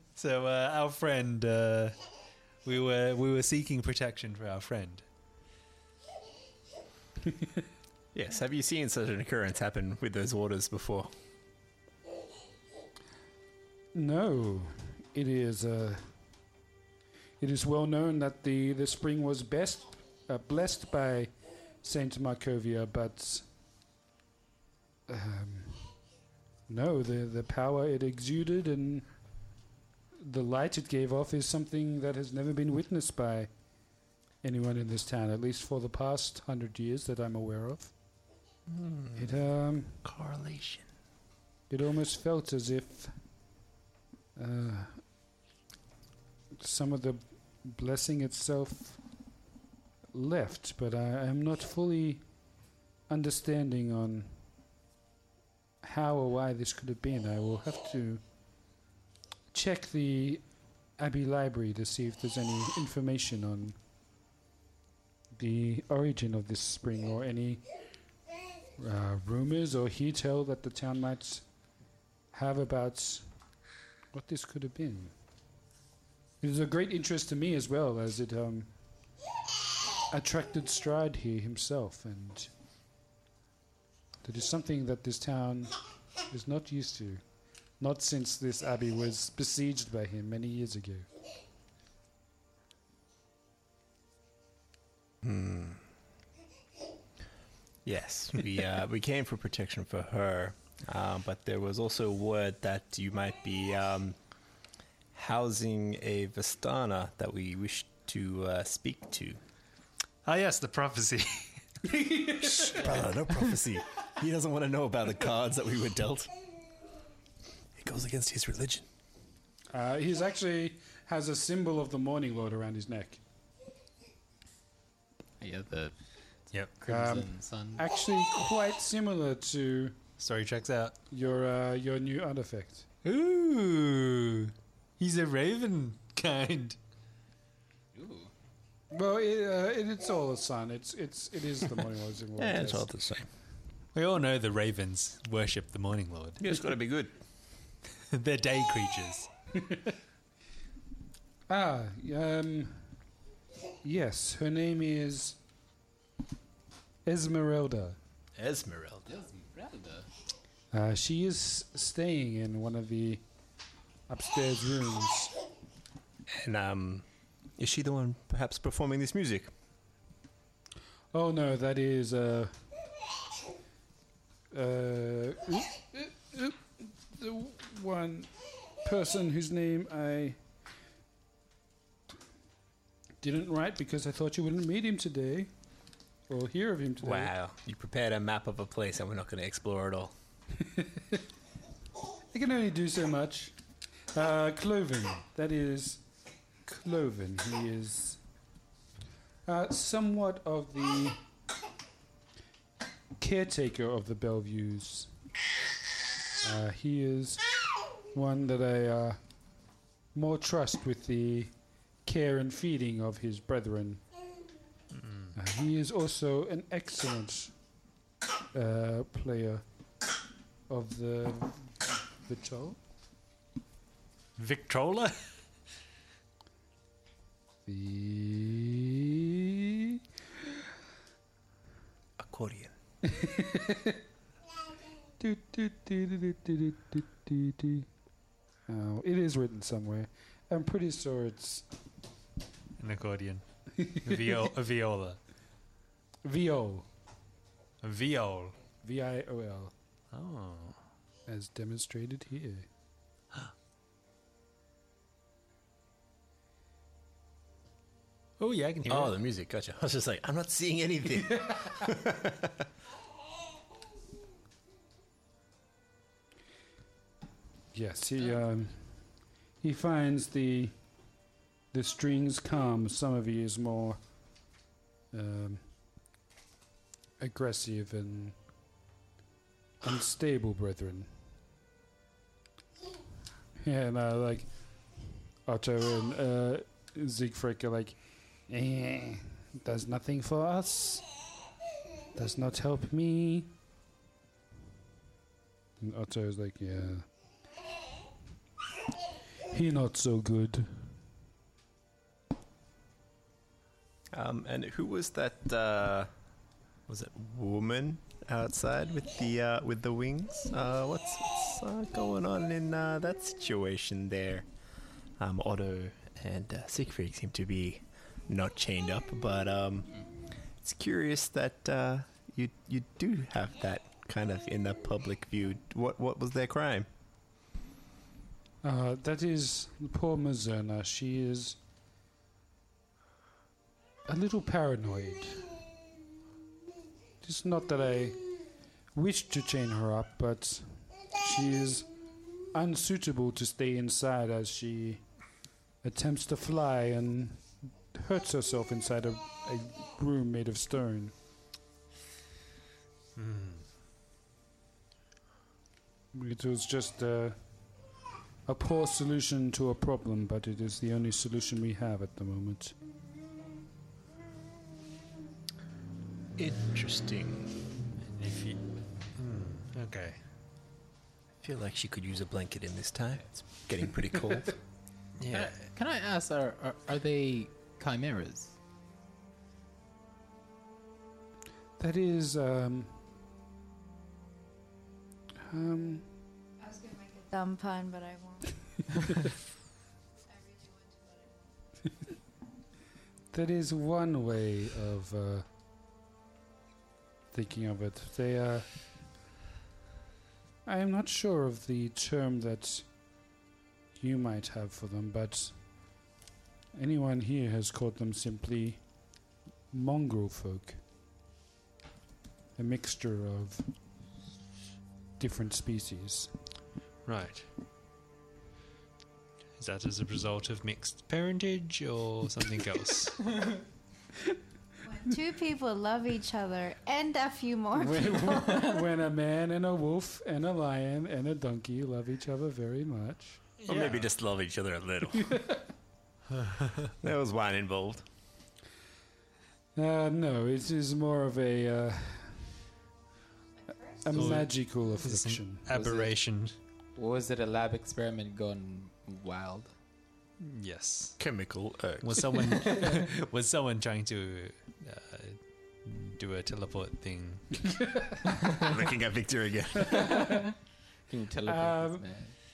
so uh, our friend, uh, we were we were seeking protection for our friend.
Yes. Have you seen such an occurrence happen with those waters before?
No, it is. Uh, it is well known that the the spring was best uh, blessed by Saint Markovia, but um, no, the the power it exuded and the light it gave off is something that has never been witnessed by anyone in this town, at least for the past hundred years that I'm aware of. It um correlation. It almost felt as if uh, some of the blessing itself left, but I am not fully understanding on how or why this could have been. I will have to check the Abbey Library to see if there's any information on the origin of this spring or any uh, rumors or he tell that the town might have about what this could have been. It was a great interest to me as well as it um, attracted Stride here himself, and that is something that this town is not used to. Not since this abbey was besieged by him many years ago.
Hmm. Yes, we uh, we came for protection for her, uh, but there was also word that you might be um, housing a Vistana that we wish to uh, speak to.
Ah, yes, the prophecy.
Shh, brother, no prophecy. He doesn't want to know about the cards that we were dealt. It goes against his religion.
Uh, he's actually has a symbol of the Morning Lord around his neck.
Yeah, the
yep.
crimson
Um,
sun.
Actually, quite similar to.
Sorry, checks out
your uh, your new artifact.
Ooh, he's a raven kind.
Well, it, uh, it, it's all the sun. It's it's it is the morning lord's in
Yeah, it's all
the same.
We all know the ravens worship the morning lord.
Yeah, it's got to be good.
They're day creatures.
Ah, um, yes, her name is Esmeralda.
Esmeralda.
Esmeralda.
Uh, she is staying in one of the upstairs rooms.
And um, is she the one perhaps performing this music?
Oh no, that is uh, uh, oop, oop, oop, the one person whose name I didn't write because I thought you wouldn't meet him today. or hear of him today.
Wow, you prepared a map of a place and we're not going to explore it all.
They can only do so much. Uh, Cloven. That is Cloven. He is uh, somewhat of the caretaker of the Bellevues. Uh, he is one that I uh, more trust with the care and feeding of his brethren. Uh, he is also an excellent uh, player of the Vitol.
Victrola?
The
accordion.
Do, do, do, do, do, do, do, do, do, do. Oh, it is written somewhere. I'm pretty sure it's
An accordion. Viol- a viola.
Viol.
A viol.
V I O L.
Oh.
As demonstrated here.
Oh, yeah, I can hear
Oh,
it.
the music. Gotcha. I was just like, I'm not seeing anything.
Yes, he um, he finds the the strings calm. Some of he is more um, aggressive and unstable, brethren. Yeah, and uh, like Otto and uh, Siegfried are like, eh, does nothing for us. Does not help me. And Otto is like, yeah. He not so good.
Um, and who was that? Uh, was it woman outside with the uh, with the wings? Uh, what's what's uh, going on in uh, that situation there? Um, Otto and uh, Siegfried seem to be not chained up, but um, it's curious that uh, you you do have that kind of in the public view. What what was their crime?
Uh, that is poor Mazurna. She is a little paranoid. It's not that I wish to chain her up, but she is unsuitable to stay inside as she attempts to fly and hurts herself inside a, a room made of stone. It was just uh, a poor solution to a problem, but it is the only solution we have at the moment.
Interesting.
If you, hmm, okay.
I feel like she could use a blanket in this time. It's getting pretty cold.
Yeah. Can I ask, are, are, are they chimeras?
That is, um, um,
I was going to make a dumb pun, but I won't.
that is one way of uh, thinking of it. They, uh, I am not sure of the term that you might have for them, but anyone here has called them simply mongrel folk. A mixture of different species.
Right. Is that as a result of mixed parentage or something else?
Two people love each other and a few more
when,
people.
when a man and a wolf and a lion and a donkey love each other very much.
Or maybe just love each other a little. there was wine involved.
Uh, no, it is more of a uh, a magical affliction.
Aberration.
Was it a lab experiment gone wild?
Yes.
Chemical oak.
Was someone was someone trying to uh, do a teleport thing?
Looking at Victor again.
Can you teleport
Um,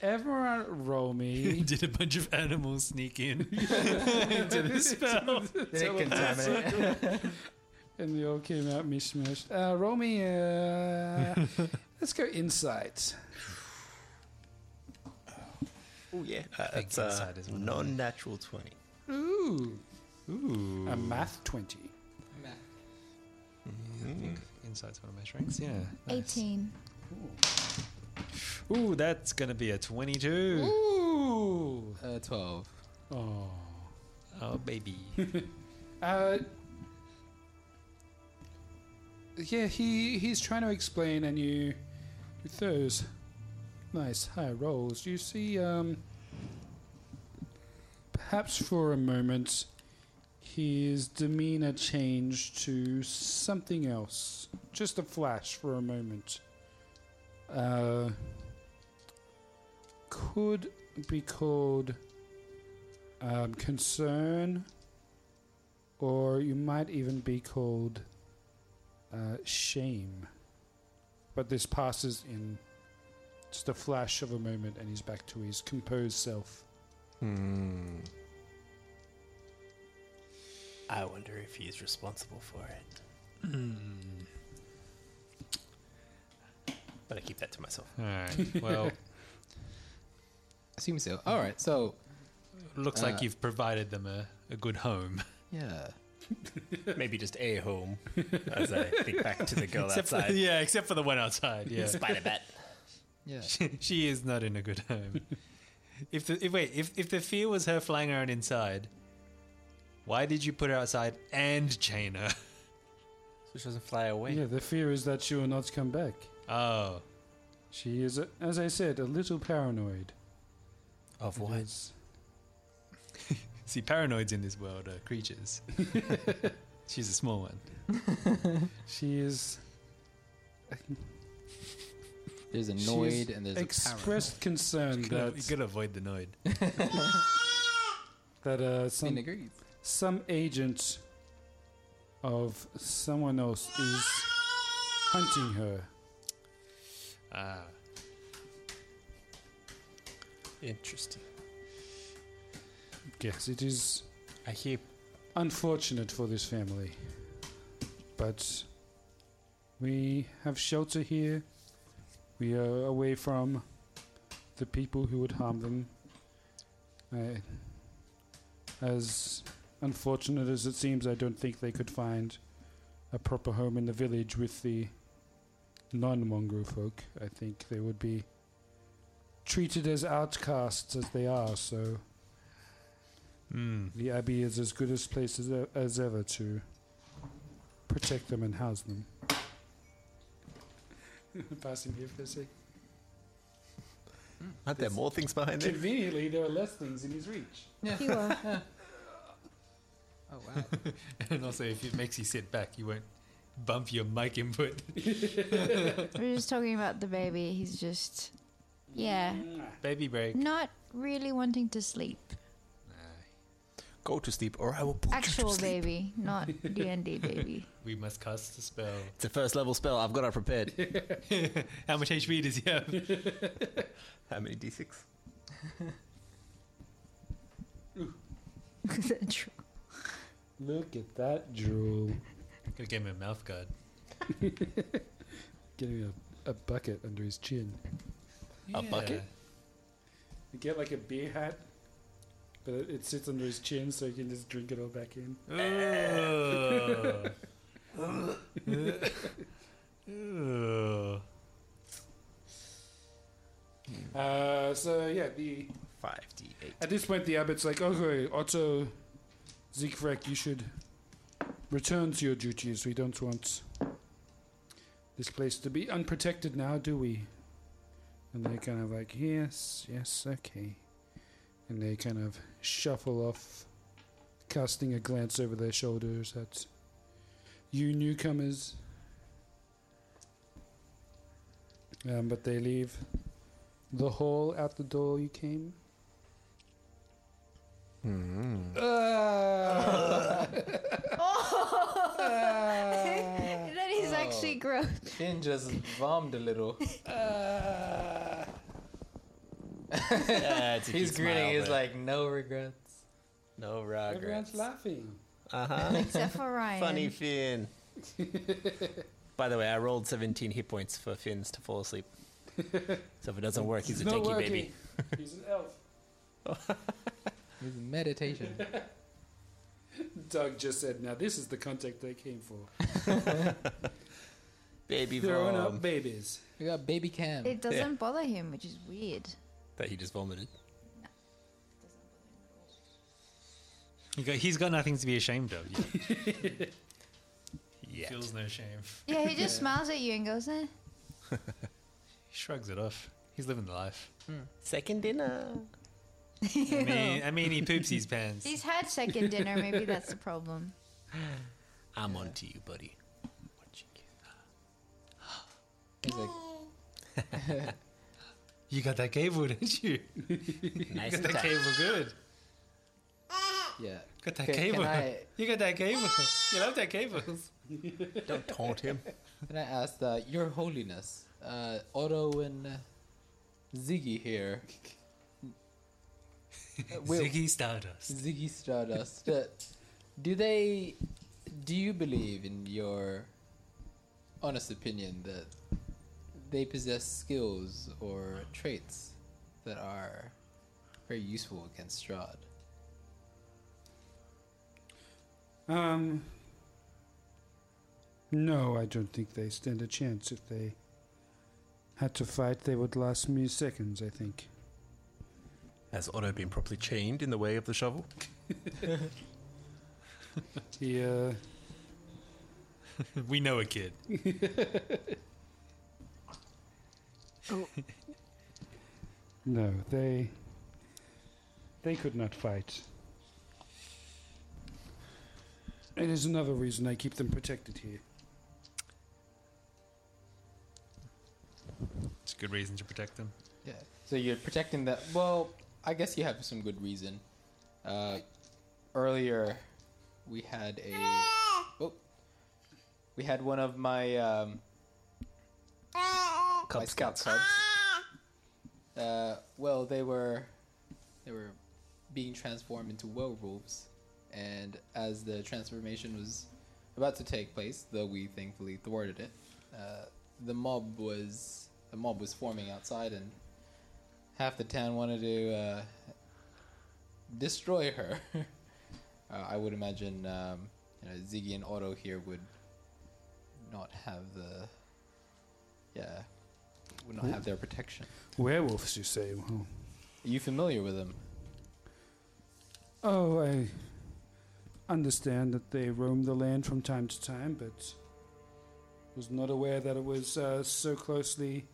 everyone, roll me.
Did a bunch of animals sneak in into the spell?
and they all came out mishmashed. Uh, roll me. Uh, let's go insight.
Oh yeah, uh,
think
it's a
inside is one of them.
non-natural twenty.
Ooh,
Ooh.
a math twenty.
Math.
Hmm.
I think insight's one of my strengths. Mm-hmm. Yeah. nice.
18.
Ooh, that's gonna be a twenty-two.
Ooh.
Uh, Twelve.
Oh.
Oh, baby.
Uh, yeah, he he's trying to explain, and you with those nice high rolls, you see, um, perhaps for a moment, his demeanor changed to something else, just a flash for a moment. Uh, could be called um, concern, or you might even be called uh, shame. But this passes in just a flash of a moment, and he's back to his composed self.
Hmm. I wonder if he's responsible for it.
Hmm.
But I keep that to myself.
All right. Well,
assume so. All right. So,
looks
uh,
like you've provided them a, a good home.
Yeah.
Maybe just a home. As I think back to the girl
Except for-
outside.
yeah, except for the one outside. Yeah,
Spider bat.
Yeah.
She, she is not in a good home. if the if, wait, if if the fear was her flying around inside, why did you put her outside and chain her?
So she doesn't fly away.
Yeah, the fear is that she will not come back.
Oh.
She is, a, as I said, a little paranoid.
Of
what?
See, paranoids in this world are creatures. She's a small one.
She is.
There's
she is
annoyed and there's
expressed concern that
You gotta, you gotta avoid the noid.
that uh, some
agrees.
some agent of someone else is hunting her.
Ah.
Interesting.
Yes, it is.
I hear.
Unfortunate for this family, but we have shelter here. We are away from the people who would harm them. I, as unfortunate as it seems, I don't think they could find a proper home in the village with the non-mongrel folk. I think they would be treated as outcasts as they are. So. The Abbey is as good a place as, e- as ever to protect them and house them. Pass him here for a sec.
Aren't there more things behind there?
Conveniently, there are less things in his reach.
You
are.
Oh wow.
and also, if it makes you sit back, you won't bump your mic input.
We're just talking about the baby. He's just, yeah,
Baby break.
not really wanting to sleep.
Go to sleep, or I will put you
Actual
to sleep.
baby, not D and D baby.
We must cast a spell.
It's a first level spell. I've got it prepared.
How much HP does he have?
How many d6?
Look at that drool.
Gonna give him a mouth guard.
Getting a, a bucket under his chin.
A bucket?
You get like a beer hat, but it, it sits under his chin so he can just drink it all back in.
Ugh. Ugh.
Uh, so yeah, the
five d eight.
At this point, the abbot's like, "Okay, Otto, Siegfried, you should return to your duties. We don't want this place to be unprotected now, do we?" And they kind of like, "Yes, yes, okay," and they kind of shuffle off, casting a glance over their shoulders at you newcomers. Um, but they leave the hall out the door you came.
Hmm.
Ah!
Ah.
that is
Oh.
actually gross.
Oh. Finn just vomed a little.
That's a
He's
cute
grinning.
smile,
He's
but
like, no regrets.
no regrets.
Everyone's laughing.
Uh huh.
Except for Ryan.
Funny Finn. By the way, I rolled 17 hit points for Finn's to fall asleep. So if it doesn't work, he's a
It's not
janky
working.
baby.
He's an elf.
It was meditation.
Doug just said, now this is the contact they came for.
Baby
Throwing
vom.
up babies.
We got baby Cam.
It doesn't bother him, which is weird.
That he just vomited.
You got, he's got nothing to be ashamed of. Yet. Feels no shame.
Yeah, he just smiles at you and goes, eh.
he shrugs it off. He's living the life.
Hmm.
Second dinner.
I mean, I mean, he poops his pants.
He's had second dinner. Maybe that's the problem.
I'm on to you, buddy.
He's like,
You got that cable, didn't you?
Nice
you got that
touch.
cable good.
yeah.
Got that
Can- can
cable.
I-
You got that cable. You love that cable. Don't
taunt him. Can I ask, uh, Your Holiness, uh, Otto and uh, Ziggy here. Uh, will-
Ziggy Stardust.
Ziggy Stardust. uh, do they? Do you believe, in your honest opinion, that they possess skills or traits that are very useful against Strahd?
Um, no, I don't think they stand a chance. If they had to fight, they would last me seconds, I think.
Has Otto been properly chained in the way of the shovel?
He, uh,
we know a kid.
no, they. They could not fight. It is another reason I keep them protected here.
It's a good reason to protect them.
Yeah. So you're protecting that. Well, I guess you have some good reason. Uh, earlier, we had a. Oh, we had one of my um, my Scout cubs. Uh, well, they were they were being transformed into werewolves, and as the transformation was about to take place, though we thankfully thwarted it, uh, the mob was the mob was forming outside, and half the town wanted to uh, destroy her. uh, I would imagine um, you know, Ziggy and Otto here would not have the yeah would not have their protection.
Werewolves, you say? Well,
Are you familiar with them?
Oh, I understand that they roam the land from time to time, but was not aware that it was uh, so closely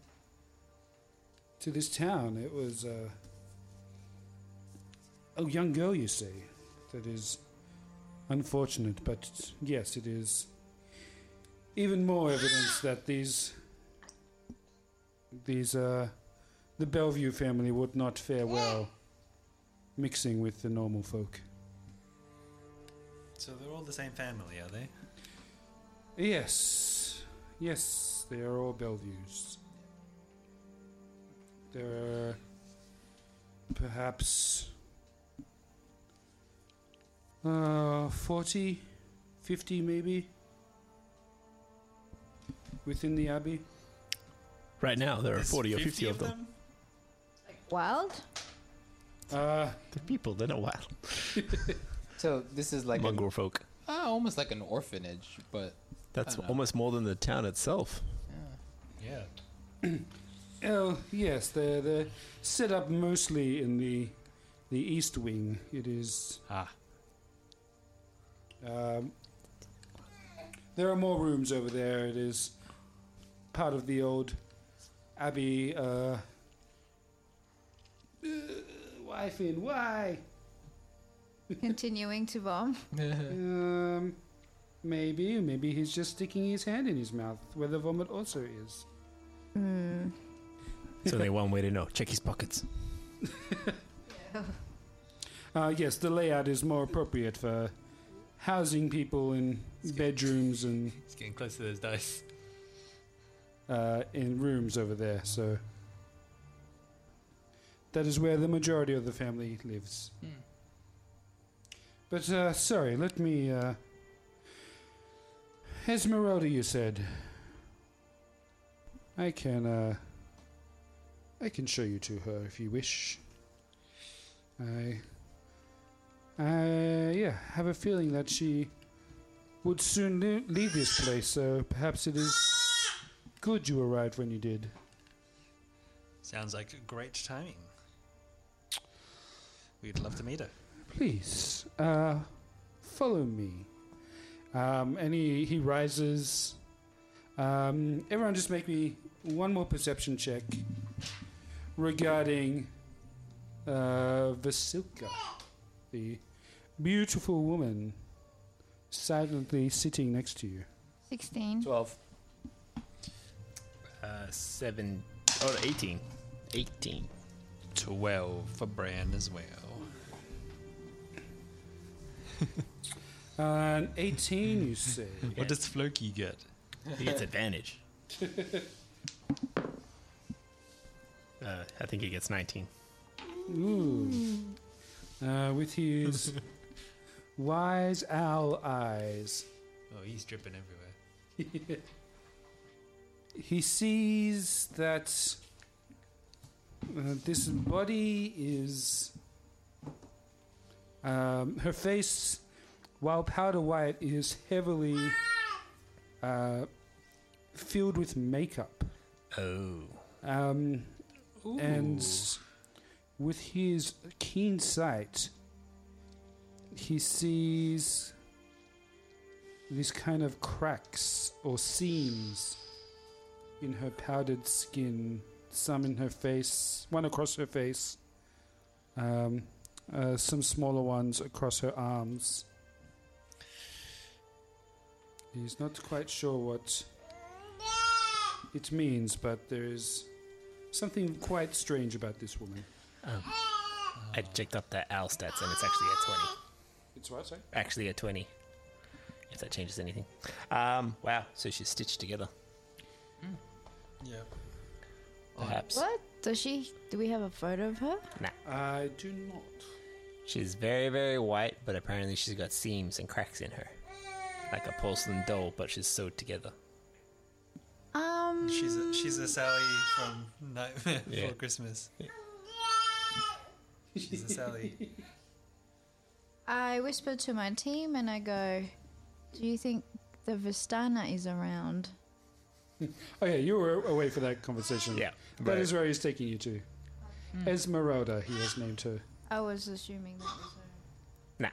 to this town. It was uh, a young girl, you say. That is unfortunate, but yes, it is even more evidence that these these uh, the Bellevue family would not fare well mixing with the normal folk.
So they're all the same family, are they?
Yes, yes, they are all Bellevues. There are perhaps uh, 40, 50 maybe within the abbey.
Right now, there are 40 or 50, of them.
Wild?
Uh,
the people, they're not wild.
So this is like an-
Mongrel folk.
uh, almost like an orphanage, but
That's
I don't know.
almost more than the town itself.
Yeah.
Oh yes, they're they're set up mostly in the the east wing. It is
ah.
Um, there are more rooms over there. It is part of the old abbey. Uh, uh, why, Finn? Why?
Continuing to bomb.
um, maybe, maybe he's just sticking his hand in his mouth, where the vomit also is.
Hmm.
It's only one way to know. Check his pockets.
Uh, yes, the layout is more appropriate for housing people in bedrooms and
It's getting close to those dice.
uh, in rooms over there. So that is where the majority of the family lives. But uh, sorry, let me. Uh, Esmeralda, you said. I can. Uh, I can show you to her if you wish. I I yeah, have a feeling that she would soon le- leave this place, so perhaps it is good you arrived when you did.
Sounds like great timing. We'd love to meet her.
Please, uh, follow me. Um, and he, he rises. Um, everyone, just make me one more perception check regarding uh, Vasilka, the beautiful woman silently sitting next to you.
16.
12. Uh, 7. Oh, 18. 18.
12 for Brand as well.
Uh, an 18, you say.
What does Floki get?
He gets advantage. Uh, I think he gets 19.
Ooh. Mm. Uh, with his wise owl eyes,
Oh, he's dripping everywhere.
he sees that uh, this body is. Um, her face, while powder white, is heavily uh, filled with makeup.
Oh.
Um, and with his keen sight, he sees these kind of cracks or seams in her powdered skin, some in her face, one across her face, um, uh, some smaller ones across her arms. He's not quite sure what it means, but there is something quite strange about this woman.
I checked up the owl stats and it's actually at 20.
It's what, sorry?
Actually at 20. If that changes anything. Um, wow. So she's stitched together.
Yeah.
Perhaps.
What? Does she? Do we have a photo of her?
Nah.
I do not.
She's very, very white, but apparently she's got seams and cracks in her. Like a porcelain doll, but she's sewed together.
Um.
She's a, she's a Sally from Nightmare
Yeah.
Before Christmas. She's a Sally.
I whisper to my team and I go, "Do you think the Vistana is around?"
Oh yeah, you were away for that conversation.
Yeah,
that
right.
is where he's taking you to.
Hmm.
Hmm.
Esmeralda, he has named her.
I was assuming that was her.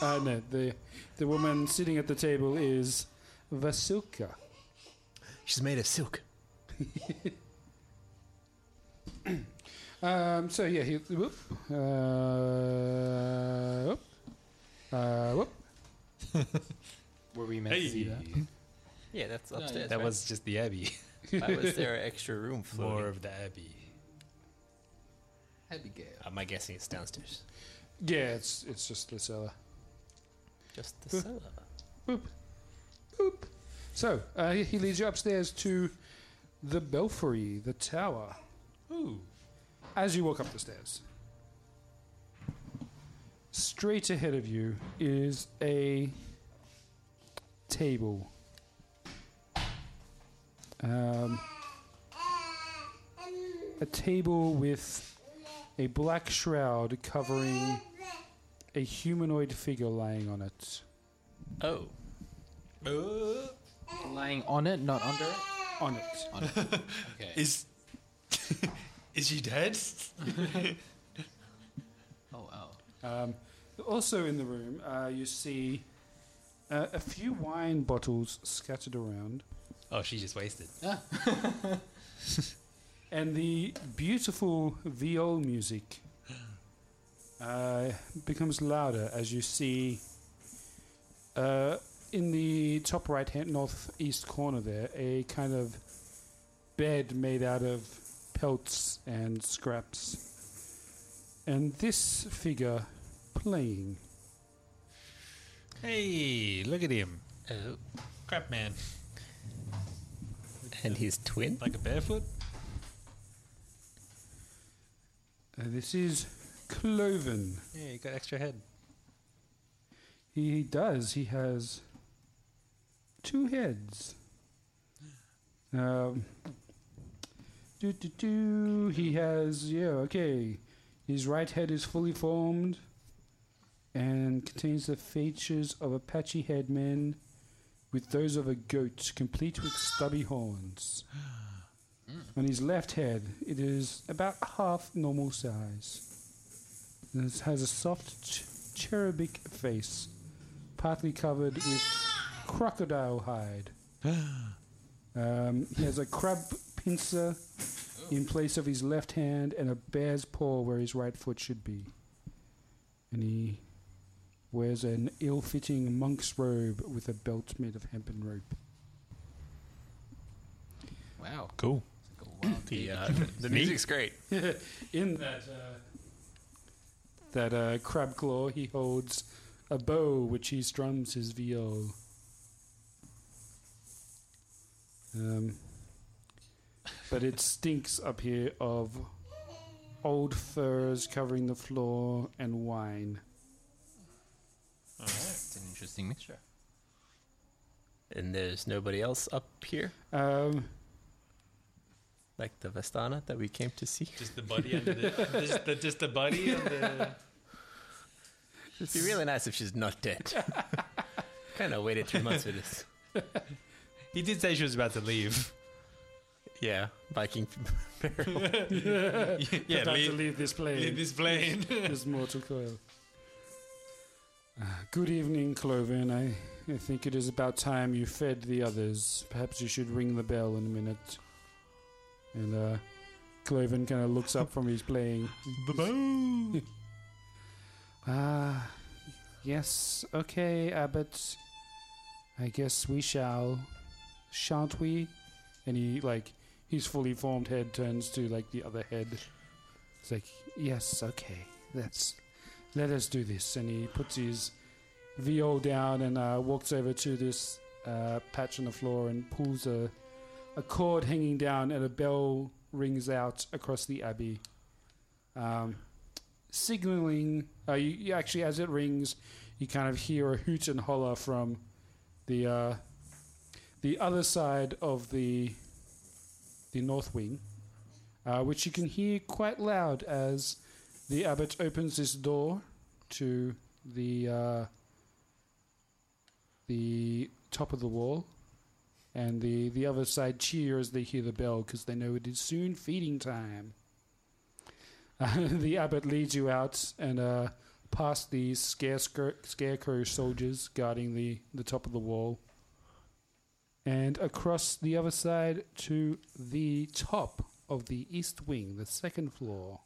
Uh, no, the the woman sitting at the table is Vasilka.
She's made of silk.
Um, so yeah, he whoop, uh, whoop, uh, whoop.
Were we meant to see that?
Yeah, that's
No, yeah,
upstairs.
that's
That
right.
was just the Abbey.
Why was there an extra room floating?
More of the Abbey.
Abigail.
Am I guessing it's downstairs?
Yeah, it's it's just the cellar.
Just the
Huh?
cellar.
So uh, he- he leads you upstairs to the belfry, the tower.
Ooh.
As you walk up the stairs, straight ahead of you is a table. Um, a table with a black shroud covering a humanoid figure lying on it.
Oh.
Uh.
Lying on it, not under it.
On it.
On it. Okay.
Is is she dead?
Hmm.
oh wow.
Um, also in the room, uh, you see uh, a few wine bottles scattered around,
Oh, she just wasted.
and the beautiful viol music uh, becomes louder as you see uh, in the top right hand northeast corner there a kind of bed made out of pelts and scraps, and this figure playing.
Hey, look at him.
Oh.
Crap man.
And his twin?
Like a barefoot?
Uh, this is Cloven.
Yeah, you got extra head.
He does. He has two heads. Um, do do do. He has yeah. Okay, his right head is fully formed. and contains the features of Apache headman with those of a goat, complete with stubby horns. On his left head, it is about half normal size. And it has a soft ch- cherubic face, partly covered with crocodile hide. Um, he has a crab pincer in place of his left hand and a bear's paw where his right foot should be. And he wears an ill fitting monk's robe with a belt made of hempen rope.
Wow.
Cool.
The, uh, the music's great.
in that uh, that uh, crab claw, he holds a bow which he strums his viol. Um, but it stinks up here of old furs covering the floor and wine.
It's an interesting mixture.
And there's nobody else up here?
Um,
like the Vestana that we came to see?
Just the buddy under the, just the just the buddy of the.
It'd be really nice if she's not dead. kind of waited three months for this.
He did say she was about to leave.
Yeah, Viking burial.
yeah,
About
leave-
to leave this plane.
leave this plane.
this mortal coil. Uh, good evening, Cloven. I, I think it is about time you fed the others. Perhaps you should ring the bell in a minute. And uh, Cloven kind of looks up from his playing.
The bell.
Ah, yes, okay, Abbot. I guess we shall, shan't we? And he like his fully formed head turns to like the other head. It's like yes, okay, let's let us do this. And he puts his viol down and uh, walks over to this uh, patch on the floor and pulls a a cord hanging down, and a bell rings out across the abbey. Um, signaling. Uh, you, you actually, as it rings, you kind of hear a hoot and holler from the uh, the other side of the the north wing, uh, which you can hear quite loud as the abbot opens this door to the uh, the top of the wall. And the, the other side cheer as they hear the bell because they know it is soon feeding time. the abbot leads you out and uh, past the scarecrow, scarecrow soldiers guarding the, the top of the wall, and across the other side to the top of the east wing, the second floor.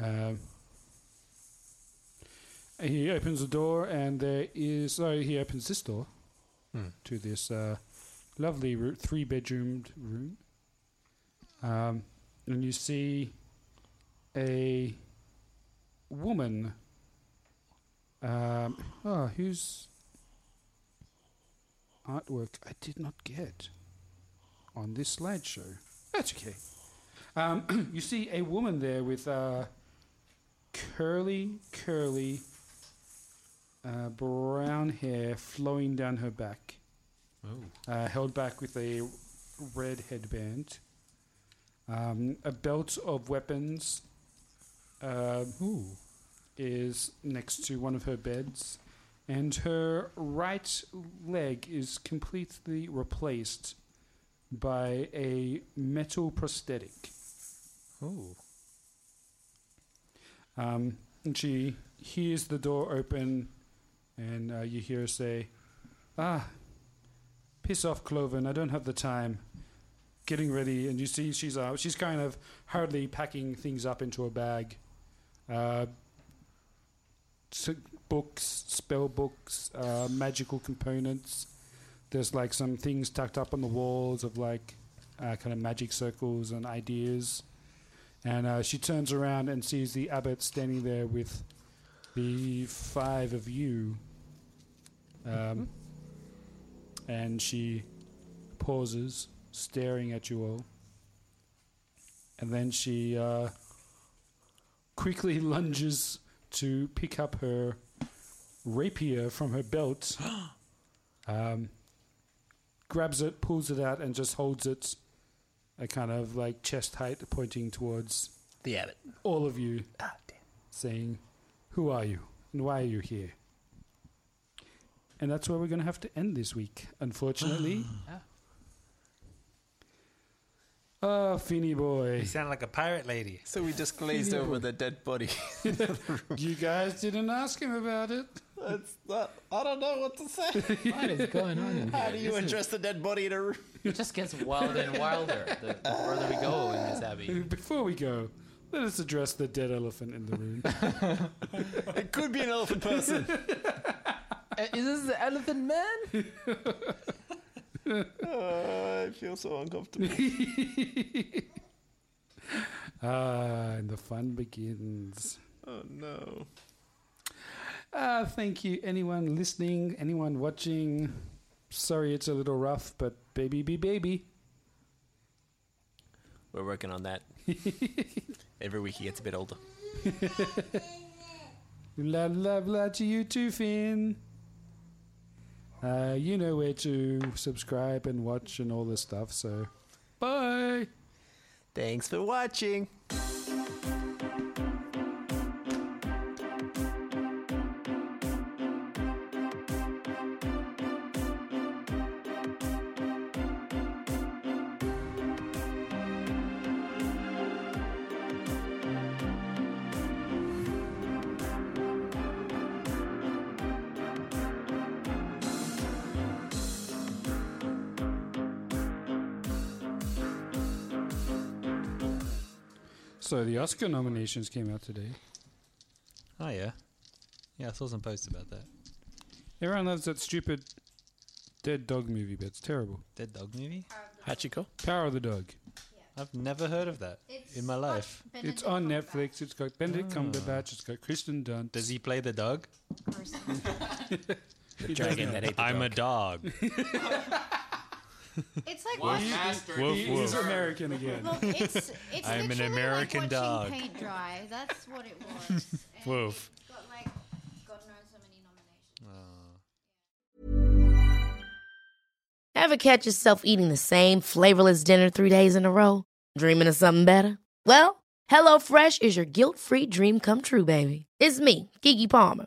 Um, he opens the door, and there is. Sorry, he opens this door
Hmm.
to this uh, lovely roo- three bedroomed room. Um, and you see a woman. Um, oh, whose artwork I did not get on this slideshow. That's okay. Um, you see a woman there with uh, curly, curly uh, brown hair flowing down her back,
Oh.
uh, held back with a red headband, um, a belt of weapons. Uh, is next to one of her beds, and her right leg is completely replaced by a metal prosthetic.
Oh.
Um, and she hears the door open, and uh, you hear her say, Ah, piss off, Cloven, I don't have the time. Getting ready, and you see she's uh, she's kind of hurriedly packing things up into a bag. Uh, s- books, spell books, uh, magical components. There's like some things tucked up on the walls of like uh, kind of magic circles and ideas. And uh, she turns around and sees the abbot standing there with the five of you. Um, and she pauses, staring at you all. And then she uh, quickly lunges to pick up her rapier from her belt. um, grabs it, pulls it out, and just holds it a kind of like chest height pointing towards The abbot. All of you saying, Who are you and why are you here? And that's where we're going to have to end this week, unfortunately. oh, Feeny boy.
You sound like a pirate lady.
So we just glazed
Yeah.
over the dead body.
you guys didn't ask him about it.
That's not, I don't know what to say.
What is going on in
How
here?
do you
This is-
address the dead body in a room?
It just gets wilder and wilder the, the further we go in this abbey.
Before we go, let us address the dead elephant in the room.
It could be an elephant person.
Uh,
Is this the elephant man?
Uh, I feel so uncomfortable.
ah, and the fun begins.
oh no.
Ah, thank you, anyone listening, anyone watching. Sorry, it's a little rough, but baby be baby.
We're working on that. Every week he gets a bit older.
La la la to you too, Finn. Uh, you know where to subscribe and watch and all this stuff, so bye.
Thanks for watching.
So the Oscar nominations came out today.
Oh yeah, yeah. I saw some posts about that.
Everyone loves that stupid dead dog movie, but it's terrible.
Dead dog movie.
Hachiko.
Power of the Dog.
I've never heard of that in my life.
It's on Netflix. It's got Benedict
Ah.
Cumberbatch. It's got Kristen Dunst. Does he play the dog?
The dragon that ate the
I'm a dog.
It's like
Woof,
watching,
woof,
He's
woof.
American again.
Look, it's it's
I'm an
literally
American
like watching
dog.
paint dry. That's what it was. And
Woof.
it Got like God knows how many
Ever catch yourself eating the same flavorless dinner three days in a row? Dreaming of something better? Well, HelloFresh is your guilt free dream come true, baby. It's me, Gigi Palmer.